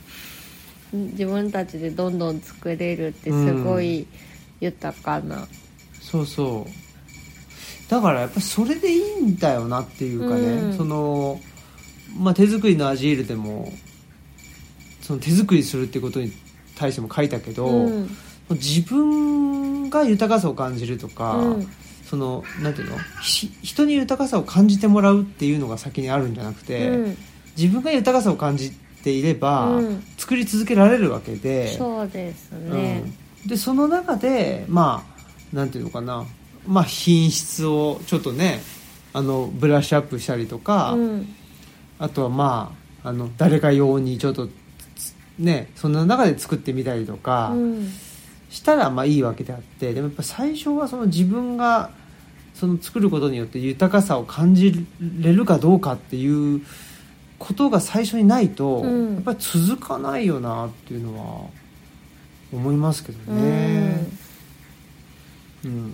B: 自分たちでどんどん作れるってすごい豊かな、
A: そうそうだからやっぱりそれでいいんだよなっていうかね、
B: うん
A: その、まあ、手作りのアジールでもその手作りするってことに対しても書いたけど、
B: うん
A: 自分が豊かさを感じるとか、
B: うん
A: そのなんていうのひ人に豊かさを感じてもらうっていうのが先にあるんじゃなくて、
B: うん
A: 自分が豊かさを感じていれば、
B: うん
A: 作り続けられるわけで
B: そうですね、
A: うん、でその中でまあなんていうのかな、まあ、品質をちょっとねあのブラッシュアップしたりとか、
B: うん
A: あとはまああの誰か用にちょっとつねその中で作ってみたりとか
B: うん
A: したらまあいいわけであってでもやっぱ最初はその自分がその作ることによって豊かさを感じれるかどうかっていうことが最初にないと、
B: うん
A: やっぱり続かないよなっていうのは思いますけど
B: う
A: ね。
B: ん
A: うん、っ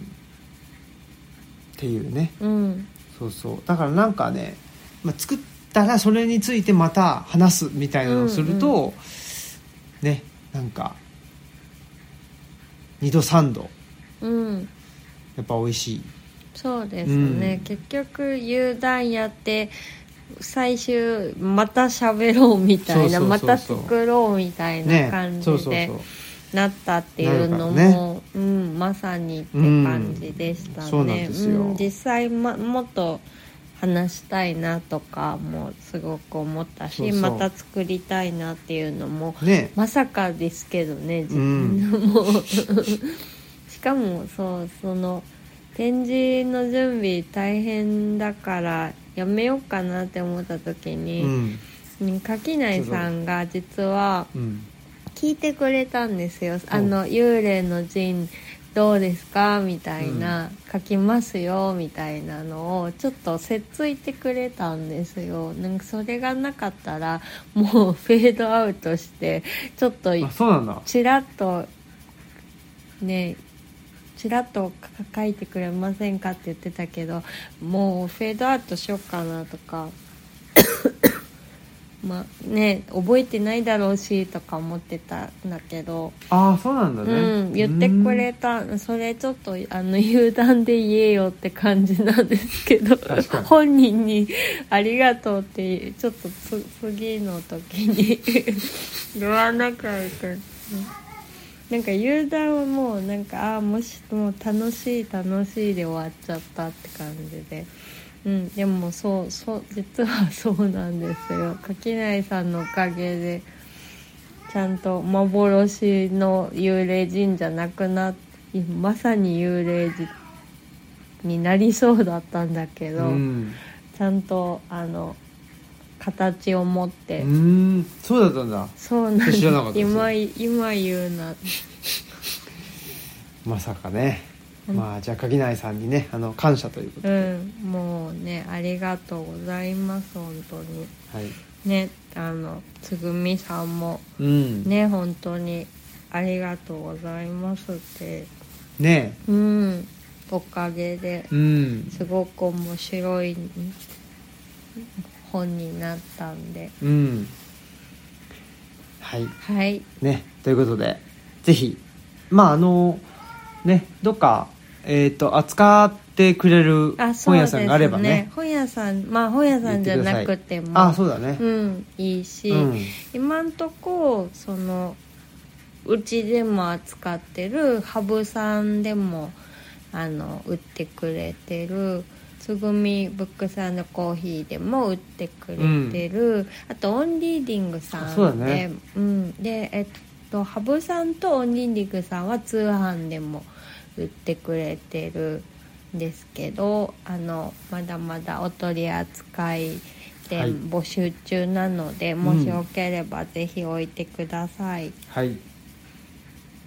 A: ていうね
B: うん
A: そうそうだからなんかね、まあ、作ったらそれについてまた話すみたいなのをすると、
B: う
A: ねなんか2度3度
B: うん
A: やっぱ美味しい
B: そうですね、
A: うん
B: 結局油断やって最終また喋ろうみたい
A: そうそうそう
B: な
A: そう
B: また作ろうみたいな
A: ね
B: 感じ
A: そ
B: で、
A: うそうそう
B: なったっていうのも、
A: なるからね
B: うん、まさにって感じでした
A: う
B: ね、
A: んそうなんですよ
B: 実際、ま、もっと話したいなとかもすごく思ったし
A: そうそう
B: また作りたいなっていうのも
A: ね
B: まさかですけどね、じ
A: うん
B: もう しかもそうその展示の準備大変だからやめようかなって思った時
A: う
B: に、
A: ん
B: うん、垣内さんが実は
A: うん
B: 聞いてくれたんですよ「
A: お
B: あの幽霊の陣どうですか?」みたいな、書きますよ」みたいなのをちょっとせっついてくれたんですよなんかそれがなかったらもうフェードアウトしてちょっと
A: あそうなんだ
B: ちらっとねちらっと書いてくれませんかって言ってたけどもうフェードアウトしようかなとかまあね覚えてないだろうしとか思ってたんだけど、
A: ああそうなんだね、
B: うん、言ってくれた、それちょっとあの油断で言えよって感じなんですけど
A: 確かに
B: 本人に「ありがとう」ってちょっとつ次の時に言わなきゃいけない。なんかユーザーはもうなんかああもしもう楽しい楽しいで終わっちゃったって感じで。うん、でもそうそう実はそうなんですよ垣内さんのおかげでちゃんと幻の幽霊神社なくなっまさに幽霊寺になりそうだったんだけ
A: う
B: ど、
A: ん
B: ちゃんとあの形を持って、
A: うんそうだったんだ
B: そうなんです
A: 知らなかったです
B: 今今言うな
A: まさかね、
B: うん
A: まあじゃあ垣内さんにねあの感謝ということ
B: う
A: で、
B: んもうねありがとうございます本当に
A: はい
B: ねあのつぐみさんも
A: うんね
B: ね本当にありがとうございますってうんおかげで
A: うん
B: すごく面白い本になったんで
A: うんはい
B: はい
A: ねということでぜひまああのねどっかえっ、と扱ってくれる
B: あそ
A: 本
B: うで
A: 屋
B: す
A: さ
B: ね
A: んがあればね
B: 本屋さんまあ本屋さんじゃなくても
A: あそうだね
B: うんいいし、
A: うん
B: 今んとこそのうちでも扱ってる羽生さんでもあの売ってくれてるつぐみブックさんのコーヒーでも売ってくれてる、あとオンリーディングさん
A: あ
B: で
A: そうだね
B: うん、でえっと羽生さんとオンリーディングさんは通販でも売ってくれてるんですけどあのまだまだお取り扱いで
A: はい
B: 募集中なので、もしよければぜひ置いてください、
A: はい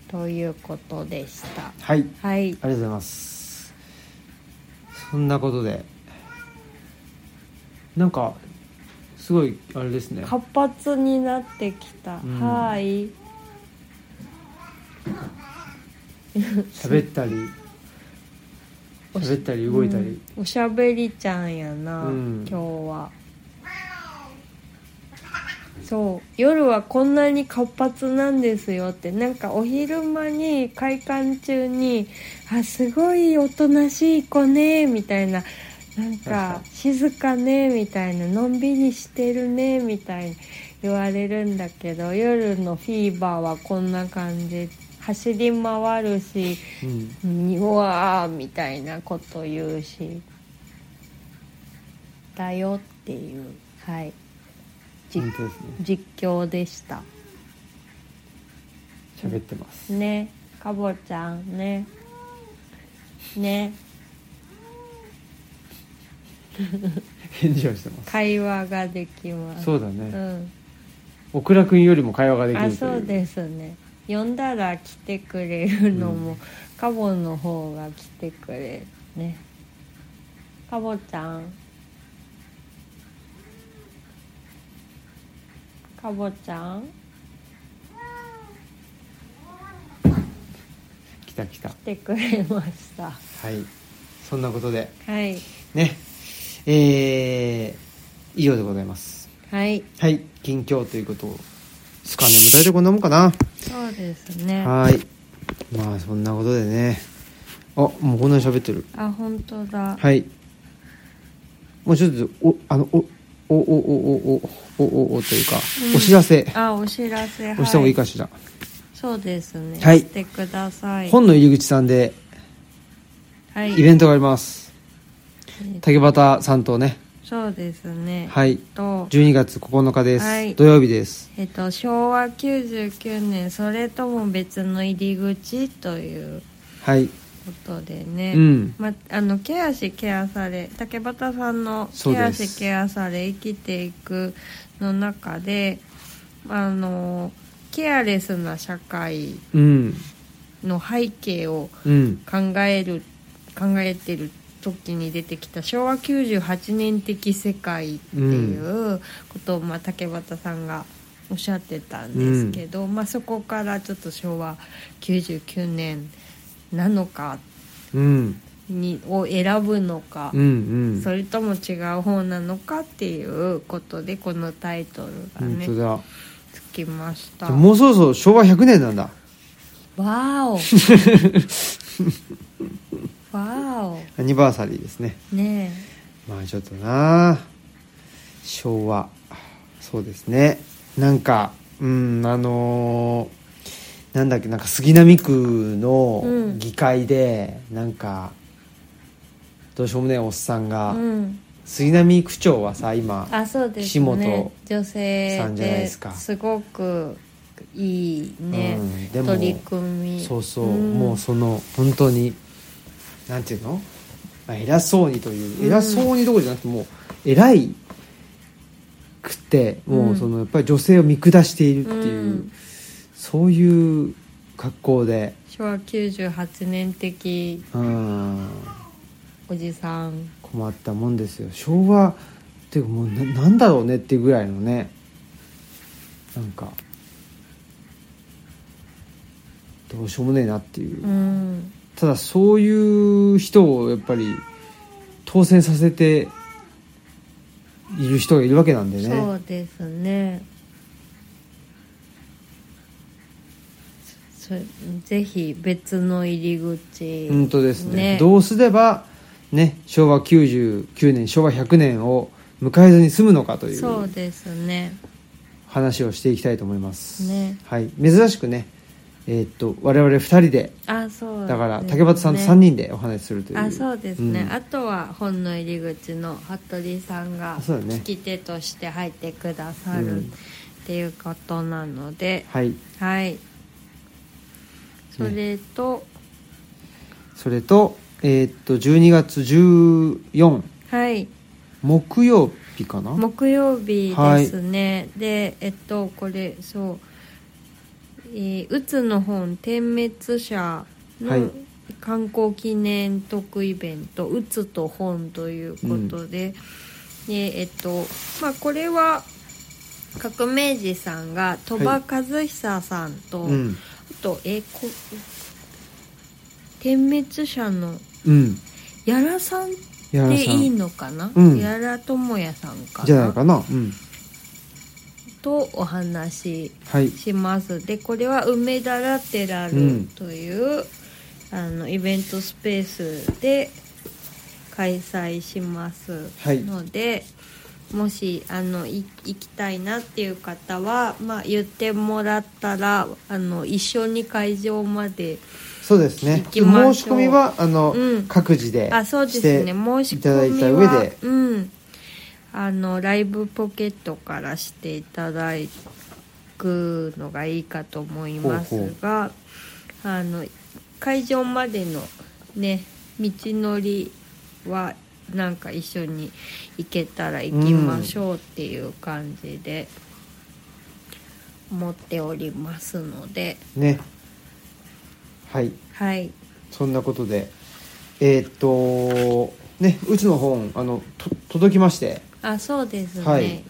B: ということでした
A: はいあり
B: はい
A: がとうございますそんなことでなんかすごいあれですね
B: 活発になってきた、
A: うん
B: はい
A: 喋ったり
B: おし
A: 喋ったり動いたり、
B: うんおしゃべりちゃんやな、
A: うん
B: 今日はそう夜はこんなに活発なんですよってなんかお昼間に開館中に「あすごいおとなしい子ね」みたいななん
A: 確か
B: か静かねみたいなのんびりしてるねみたいに言われるんだけど夜のフィーバーはこんな感じ走り回るし
A: うん
B: にうわーみたいなこと言うしだよっていうはいじ
A: 本当ですね
B: 実況でした
A: 喋ってます、
B: ねかぼちゃんねね
A: 返事をしてます
B: 会話ができます
A: そううだね
B: ん
A: 小倉君よりも会話ができ
B: あ
A: るという
B: そうですね呼んだら来てくれるのも、
A: うん
B: カボの方が来てくれるねカボちゃんカボちゃん
A: 来た来た
B: 来てくれました
A: はいそんなことで
B: はい
A: ねえー、以上でございます
B: はい
A: はい近況ということをすかね大体こんなもんかな
B: そうですね
A: はいまあそんなことでねあもうこんなに喋ってる
B: あ本当だ、
A: はいもうちょっとおあのおおおおおおおおおというか、
B: うん
A: お知らせ
B: あお知らせ
A: をした方がいいかしら、
B: そうですね、
A: はい
B: してください
A: 本の入り口さんで
B: はい
A: イベントがあります、
B: えっと
A: 竹俣さんとね
B: そうですね
A: はい
B: と
A: 12月9日です、
B: はい
A: 土曜日です
B: えっと、昭和99年それとも別の入り口という
A: はい
B: ことでね、
A: うん
B: ま、あのケアしケアされ竹俣さんの「
A: そう
B: ケア
A: です
B: しケアされ生きていく」の中であのケアレスな社会
A: うん
B: の背景を
A: うん
B: 考える考えてる時に出てきた昭和98年的世界っていうことを、まあ、竹俣さんがおっしゃってたんですけど、まあ、そこからちょっと昭和99年なのか
A: うん
B: にを選ぶのか
A: うんう、ん
B: それとも違う方なのかっていうことでこのタイトルが
A: 本
B: ね
A: 当だ
B: つきました。
A: じゃあもうそろそろ昭和100年なんだ
B: わ おわお
A: アニバーサリーですね
B: ねえ
A: まあちょっとな昭和そうですねなんかうんあのーなんだっけなんか杉並区の
B: うん
A: 議会で、なんかどうしようもねえおっさんが、
B: うん
A: 杉並区長はさ今
B: あそうですね
A: 岸本
B: 女性
A: さんじゃないですか
B: すごくいいね、
A: うんでも
B: 取り組み
A: そうそう、
B: ん
A: もうその本当になんていうの、まあ、偉そうにといううん偉そうにどころじゃなくてもう偉いくてもうそのやっぱり女性を見下しているっていう、
B: うん
A: そういう格好で
B: 昭和98年的
A: うん
B: おじさん
A: 困ったもんですよ昭和っていうかもうななんだろうねっていうぐらいのねなんかどうしようもねえなっていう。
B: うん
A: ただそういう人をやっぱり当選させている人がいるわけなんで
B: そ
A: ね
B: うですねそぜひ別の入り口
A: 本当ですね
B: ね
A: どうすればね昭和99年昭和100年を迎えずに済むのかとい
B: そう
A: う
B: ですね
A: 話をしていきたいと思います、
B: ね
A: はい、珍しくね、えーっと我々2人で
B: あそう
A: だから
B: ですね
A: 竹俣さんと3人でお話しするという
B: あそうですね、
A: うん
B: あとは本の入り口の服部さんが
A: あそうだね
B: 聞き手として入ってくださる、
A: うん
B: っていうことなので
A: はい
B: はいそれと、
A: それと,、えーっと12月14
B: はい
A: 木曜日かな
B: 木曜日ですね、でえっとこれそうえーうつの本点滅者
A: はい
B: の観光記念特イベント「うつと本」ということで、でえっとまあこれは革命児さんが鳥羽和久さんと、
A: うん
B: あとえーこ点滅者の
A: うん
B: やらさんっ
A: やら
B: て
A: さん
B: いいのかな、
A: うん
B: やらともやさんかな
A: じゃないかなうん
B: とお話
A: はい
B: ししますでこれは梅だらテラ
A: う
B: ル
A: ん
B: という、あのイベントスペースで開催します
A: はい
B: ので、もしあのい行きたいなっていう方は、まあ、言ってもらったらあの一緒に会場まで
A: そうですね申
B: 行きましょう
A: し込みはあの、
B: うん
A: 各自で
B: あそうですね申
A: し
B: して
A: いただ
B: 込
A: い
B: み
A: た
B: は
A: 上で
B: うん、あのライブポケットからしていただくのがいいかと思いますがあの会場までのね道のりはなんか一緒に行けたら行きましょうっていう感じで思っておりますので、
A: ねはい
B: はい
A: そんなことでえーっとねうちの本あのと届きまして
B: あそうですね、
A: はい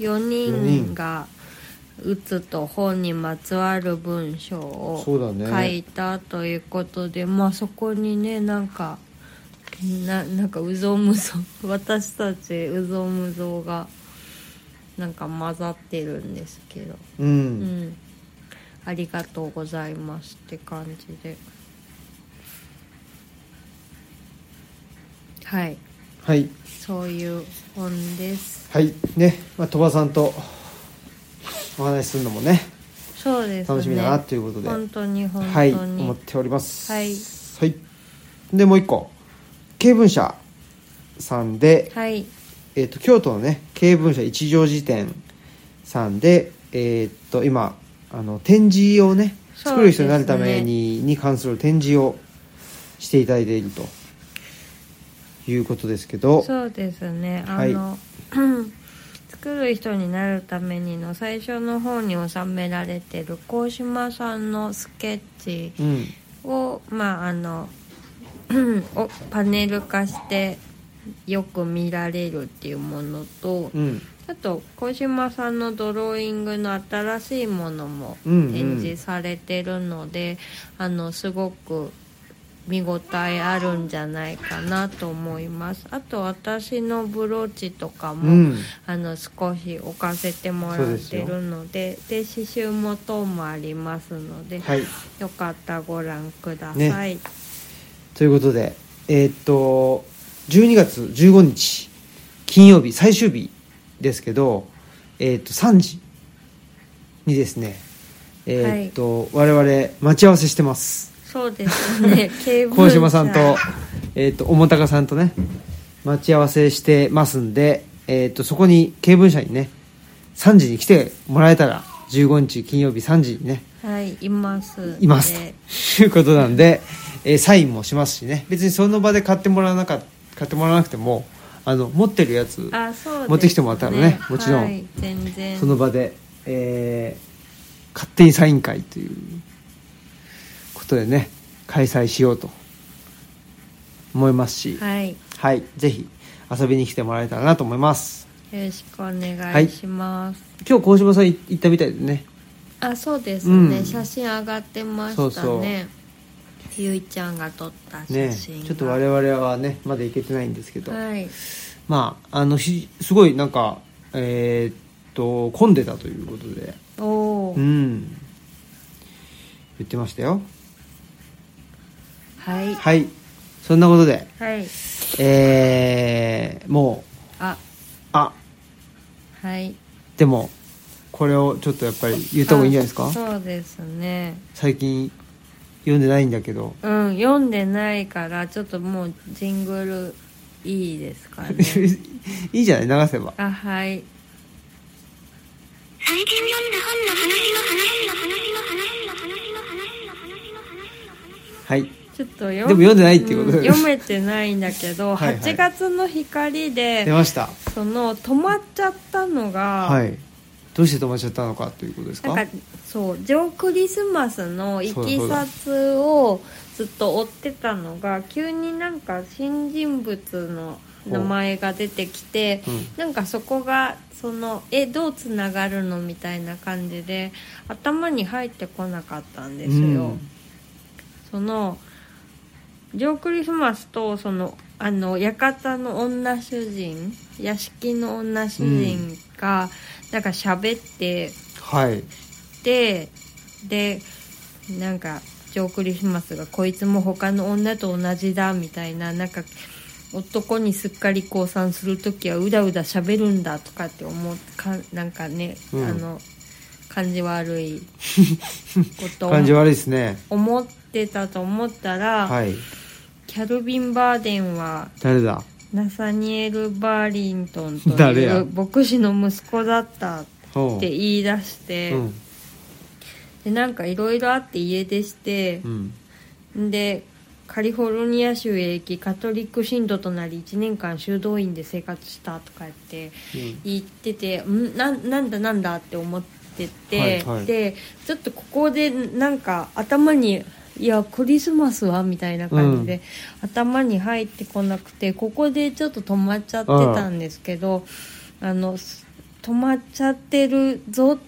B: 84人がうつと本にまつわる文章を
A: そうだね
B: 書いたということで、まあそこにねなんかななんかうぞうむ ぞ私たちうぞうむぞうがなんか混ざってるんですけど、
A: う、
B: うんん、ありがとうございますって感じではい
A: はい
B: そういう本です。
A: はいねまあ鳥羽さんとお話しするのもね
B: そうですね。
A: 楽しみだなということで
B: 本当に本当に。
A: はい思っております
B: はい
A: はい、でもう一個経文社さんで
B: はい。
A: えっと京都のね経文社一条辞典さんで、えっと今あの展示をね
B: そう
A: 作る人になるため
B: です
A: に、に関する展示をしていただいているということですけど
B: そうですね。あ
A: はい
B: の、 作る人になるためにの最初の方に収められてる高島さんのスケッチ
A: うん
B: を、まああの をパネル化してよく見られるっていうものと、
A: うん
B: あと小島さんのドローイングの新しいものも
A: うんうん
B: 展示されてるので、あのすごく見応えあるんじゃないかなと思いますあと私のブローチとか
A: う
B: も、
A: ん
B: あの少し置かせてもらってるのでで刺繍も等もありますので、
A: はい
B: よかったらご覧ください、
A: ねということでえっと12月15日金曜日最終日ですけど、えっと3時にですね、えーっと、我々待ち合わせしてます
B: そうです ねケーブル
A: 鴻島さんと,、えーっと面高さんとね待ち合わせしてますんで、えーっとそこに軽文社にね3時に来てもらえたら15日金曜日3時にね
B: はいいます
A: います
B: で
A: ということなんで、えーサインもしますしね別にその場で買ってもらわなか買ってもらわなくてもあの持ってるやつ
B: あそうです、ね、
A: 持ってきてもらったらねもちろん
B: はい、全然
A: その場で、えー勝手にサイン会ということでね開催しようと思いますし、はい、
B: はいよ
A: ぜひ遊びに来てもらえたらなと思います
B: ろしくお願いします、
A: 今日鴻島さんい行ったみたいでね
B: あそうですね、
A: うん
B: 写真上がってました
A: そ
B: ね
A: うそう
B: ゆいちゃんが撮った写
A: ね
B: 真が、
A: ちょっと我々はねまだ行けてないんですけど、
B: はい
A: まああのひすごいなんかえーっと混んでたということで
B: おお、
A: うん言ってましたよ
B: はい
A: はいそんなことで
B: はい
A: えー、もう
B: あ
A: あ
B: はい
A: でもこれをちょっとやっぱり言った方がいいんじゃないです
B: あ
A: か
B: そうですね
A: 最近読んでないんだけど、
B: うん読んでないからちょっともうジングルいいですかね
A: いいじゃない流せば
B: あはい
C: 最近読んだ本の話の話の話の話の話の話の話の話の話の話の話
A: はい
C: の
B: ちょっとで
A: でも読んでないっていうことで
B: 読めてないんだけ ど
A: はいはい
B: 8月の光
A: 出
B: で
A: ました
B: その止まっちゃったのが、
A: はいどうして止まっちゃったのかということですか
B: なんかそうジョークリスマスのいき
A: そうだ
B: さつをずっと追ってたのが急になんか新人物の名前が出てきて、
A: うん
B: なんかそこがそのえどうつながるのみたいな感じで頭に入ってこなかったんです
A: う
B: よ。
A: ん
B: そのジョークリスマスとそのあの館の女主人屋敷の女主人が、なんか喋って
A: はい
B: ででなんかジョークリスマスがこいつも他の女と同じだみたいななんか男にすっかり降参する時はうだうだ喋るんだとかって思うかなんかね、
A: うん
B: あの感じ悪いこと を
A: 感じ悪いですね
B: 思ってたと思ったら、
A: はい
B: キャルビン・バーデンは
A: 誰だ
B: ナサニエル・バーリントンと
A: 誰
B: い
A: や
B: う牧師の息子だったっ
A: ほう
B: て言い出して、
A: うん
B: でなんかいろいろあって家出して
A: う、ん
B: でカリフォルニア州へ行きカトリック信徒となり1年間修道院で生活したとか言って
A: うん
B: 言っててんななんだなんだって思ってて、
A: はいはい
B: でちょっとここでなんか頭にいやクリスマスはみたいな感じで、頭に入ってこなくてここでちょっと止まっちゃってたんですけどあのす止まっちゃってるぞっ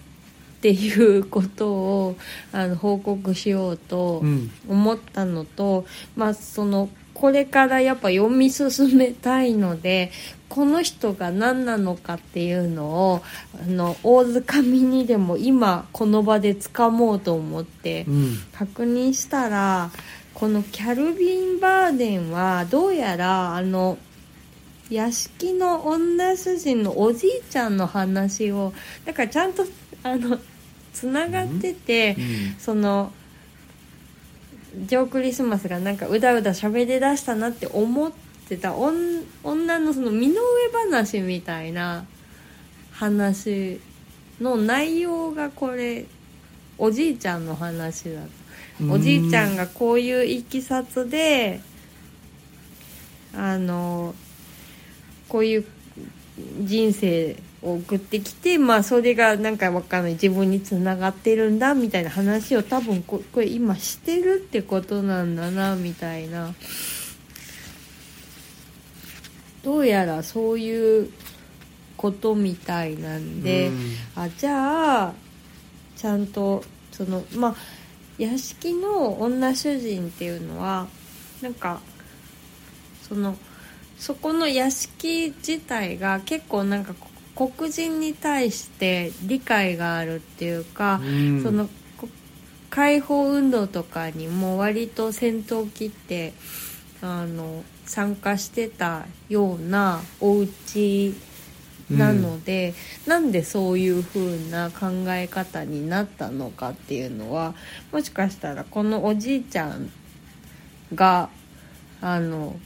B: ていうことをあの報告しようと。
A: うん
B: 思ったのと、まあ、そのこれからやっぱ読み進めたいのでこの人が何なのかっていうのをあの大掴みにでも今この場で掴もうと思って
A: うん
B: 確認したらこのキャルビン・バーデンはどうやらあの屋敷の女主人のおじいちゃんの話をだからちゃんとあのつながってて。
A: うん
B: そのジョークリスマスがなんかうだうだ喋りだしたなって思ってたおん女のその身の上話みたいな話の内容がこれおじいちゃんの話だおじいちゃんがこういういきさつであのこういう人生を送ってきて、まあ、それがなんかわかんない自分につながってるんだみたいな話を多分ここれ今してるってことなんだなみたいなどうやらそういうことみたいなんで。
A: うん
B: あじゃあちゃんとそのまあ屋敷の女主人っていうのはなんかそのそこの屋敷自体が結構なんかこ黒人に対して理解があるっていうか、
A: うん
B: そのこ解放運動とかにも割と戦闘機ってあの参加してたようなお家
A: うん
B: なので、なんでそういう風な考え方になったのかっていうのはもしかしたらこのおじいちゃんがあの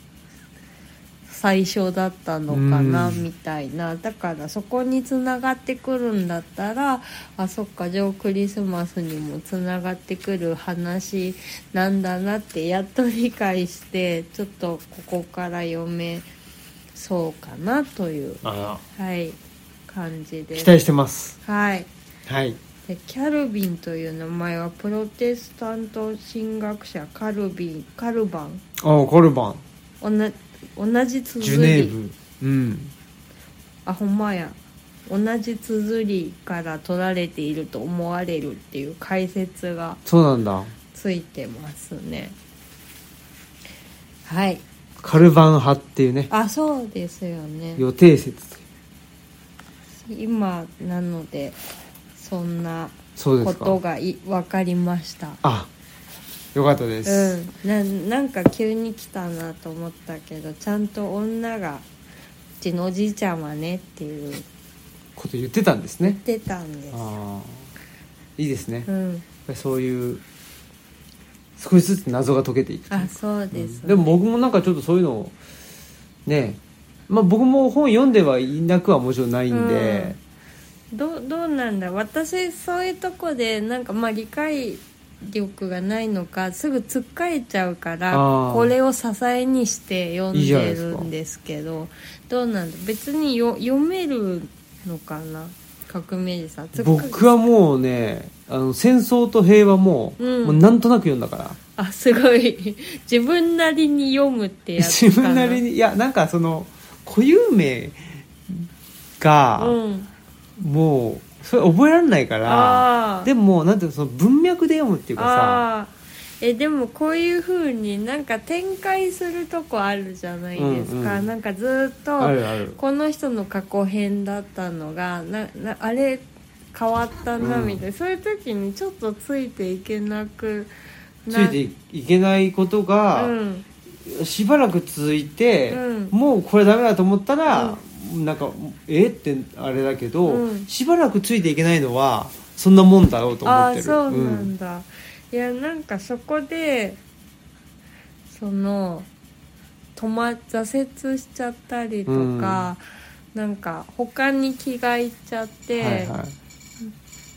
B: 最初だったのかな
A: うん
B: みたいな、だからそこにつながってくるんだったらあそっかジョークリスマスにもつながってくる話なんだなってやっと理解してちょっとここから読めそうかなという、
A: あ
B: はい、感じで
A: 期
B: す。
A: 待してます
B: はい
A: はい
B: でキャルビンという名前はプロテスタント神学者カルビンカルバン
A: おうコルバン
B: おな同じ綴り
A: ジュネーブうん
B: あほんまや同じ綴りから取られていると思われるっていう解説が
A: そうなんだ
B: ついてますねはい
A: カルバン派っていうね
B: あそうですよね
A: 予定説という
B: 今なのでそんな
A: そうで
B: こ
A: すか
B: とがい分かりました
A: あよかったです、
B: うんななんか急に来たなと思ったけどちゃんと女が「うちのおじいちゃんはね」っていう
A: こと言ってたんです
B: 言っ
A: ね
B: てたんです、
A: ああいいですね、
B: う
A: やっ
B: ん
A: ぱりそういう少しずつ謎が解けていくという
B: あそうです、
A: でも僕もなんかちょっとそういうのをねまあ僕も本読んではいなくはもちろんないんで、
B: どうどうなんだ私そういうとこでなんかまあ理解力がないのかすぐつっかえちゃうから
A: あー
B: これを支えにして読ん
A: いいじゃない
B: で
A: です
B: る
A: か
B: んですけどどうなんだ別によ読めるのかな革命児さんつっか
A: 僕はもうねあの戦争と平和も,、
B: うん
A: もうなんとなく読んだから
B: あすごい自分なりに読むってやつか
A: 自分なりにいやなんかその固有名が、
B: うん
A: もうそれ覚えられないから
B: あー
A: でもなんていうのその文脈で読むっていうかさ
B: ああえでもこういう風になんか展開するとこあるじゃないですか、
A: うんうん
B: なんかずーっと
A: あるある
B: この人の過去編だったのがななあれ変わったな
A: うん
B: みたいな、そういう時にちょっとついていけなく
A: つ
B: ない
A: ていけないことが、
B: うん
A: しばらく続いて、
B: うん
A: もうこれダメだと思ったら、なんかえってあれだけど、
B: うん
A: しばらくついていけないのはそんなもんだろうと思
B: あ
A: っ
B: あ
A: て
B: ー
A: る
B: そうなんだ、いやなんかそこでその止ま挫折しちゃったりとか、なんか他に気がいっちゃって、
A: はいはい、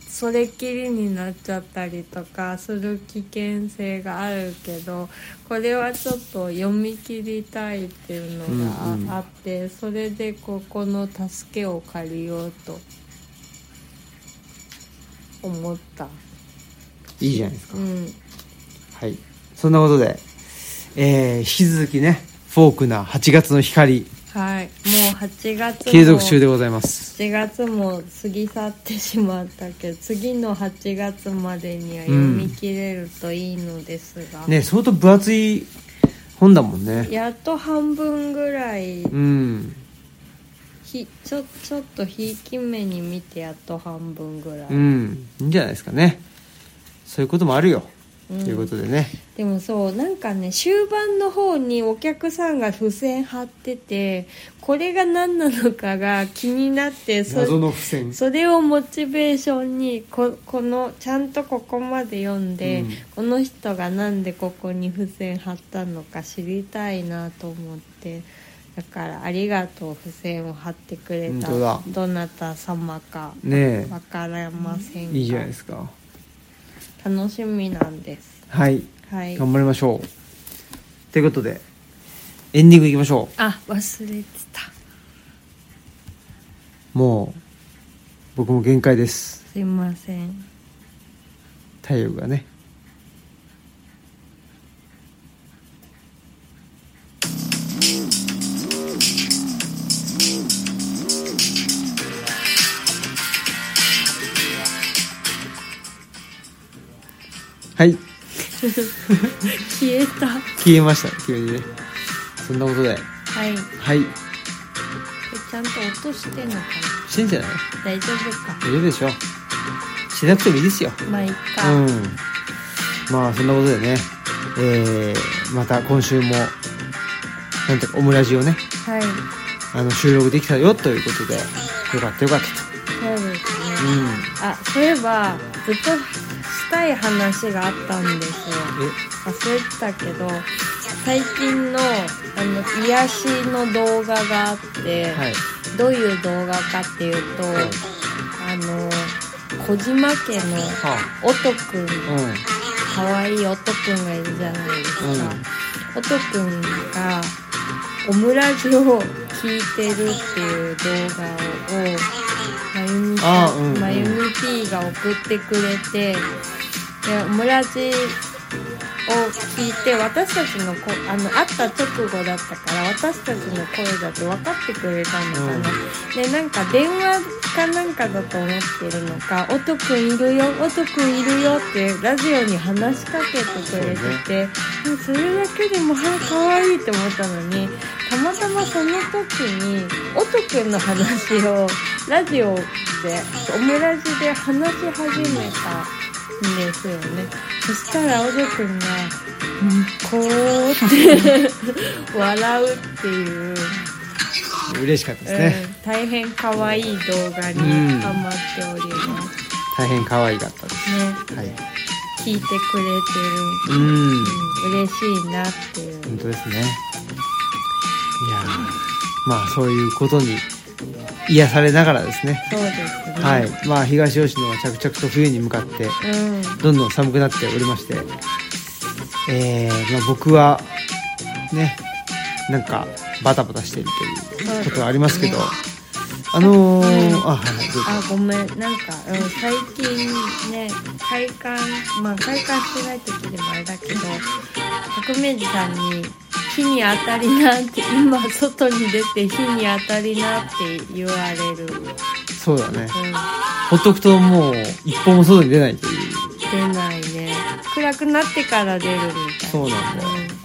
B: それっきりになっちゃったりとかする危険性があるけどこれはちょっと読み切りたいっていうのがあ,、
A: うんうん
B: ってそれでここの助けを借りようと思った。
A: いいじゃないですか、
B: うん
A: はいそんなことで、えー引き続きねフォークな8月の光
B: はい、もう8月も
A: 継続中でございます
B: 7月も過ぎ去ってしまったけど次の8月までには
A: う
B: 読
A: ん
B: み切れるといいのですが、
A: ね相当分厚い本だもんね
B: やっと半分ぐらい
A: うん
B: ひちょちょっとひいき目に見てやっと半分ぐらい、
A: うんいいんじゃないですかねそういうこともあるよ、
B: うん
A: ということでね
B: でもそうなんかね終盤の方にお客さんが付箋貼っててこれが何なのかが気になってそ
A: 謎の付箋
B: それをモチベーションにここのちゃんとここまで読んで、
A: うん
B: この人がなんでここに付箋貼ったのか知りたいなと思ってだから「ありがとう付箋を貼ってくれた
A: 本当だ
B: どなた様か
A: ね
B: わからません
A: えいいじゃない
B: が
A: ですか
B: 楽しみなんです
A: はい
B: はい
A: 頑張りましょうということでエンディングいきましょ
B: あ忘れてた
A: うもう僕も限界です
B: すいません
A: 体力がねはい
B: 消えたは
A: 消えました急にねそんなことで
B: い
A: はい
B: ちゃんと音してんのかな
A: してんじゃない
B: 大丈夫か
A: 大丈夫でしょしなくてもいいですよ
B: まあいっか、
A: うんまあそんなことでねえーまた今週もなんとかオムラジをね
B: はい
A: あの収録できたよということでよかったよかった
B: そうですね
A: と、うん、
B: あそういえばずっとしたい話があったんですよ忘れてたけど最近のあの癒しの動画があって、
A: えはい
B: どういう動画かっていうと、
A: い
B: あの小島家の
A: は
B: 音くん
A: あうん
B: かわいい音くんがいるじゃないですか、音くんがオムラジを聞いてるっていう動画をまゆみ
A: あ
B: さ
A: ーうん
B: ん
A: うん
B: まゆみ P が送ってくれてでオムラジを聞いて私たちのこあの会った直後だったから私たちの声だって分かってくれたのかな、でなんか電話かなんかだと思ってるのか「音くんいるよ音くんいるよ」ってラジオに話しかけてくれててもうそれだけでもあ可愛いって思ったのにたまたまその時に音くんの話をラジオでオムラジで話し始めたんですよねそしたら音くんが「うんこう」って笑うっていう。
A: 嬉しかったですね、
B: うん、大変可愛い動画に
A: うん
B: ハマっております、
A: 大変可愛かったです
B: ね
A: はい
B: 聞いてくれてる、
A: うん
B: うん、嬉しいなっていう
A: 本当ですねいやーまあそういうことに癒されながらですね
B: そうですね
A: はいまあ東吉野は着々と冬に向かって
B: うん
A: どんどん寒くなっておりまして、えーまあ、僕はねなんかバタバタしてるということはありますけど、あのー、あはいはいどうぞ
B: あごめんなんか、うん、最近ね開館まあ開館してない時でもあれだけど革命児さんに「火に当たりな」って今外に出て「火に当たりな」って言われる、うん、
A: そうだねほっとくともう一歩も外に出ないという
B: 出ないね暗くなってから出るみたいな
A: そうなんだよ
B: うん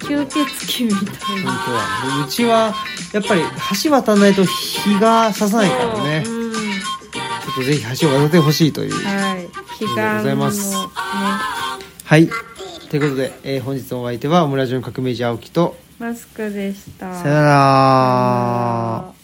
B: 吸血鬼みたい
A: 本
B: な
A: 当だねうちはやっぱり橋渡らないと日が差さないからねちょ
B: うん
A: っとぜひ橋を渡ってほしいという
B: はい悲
A: りがとうご
B: 願
A: ざい
B: の
A: ま
B: ね
A: すはいということで、えー本日のお相手はオムラジオの革命児青木と
B: マスクでした
A: さよなら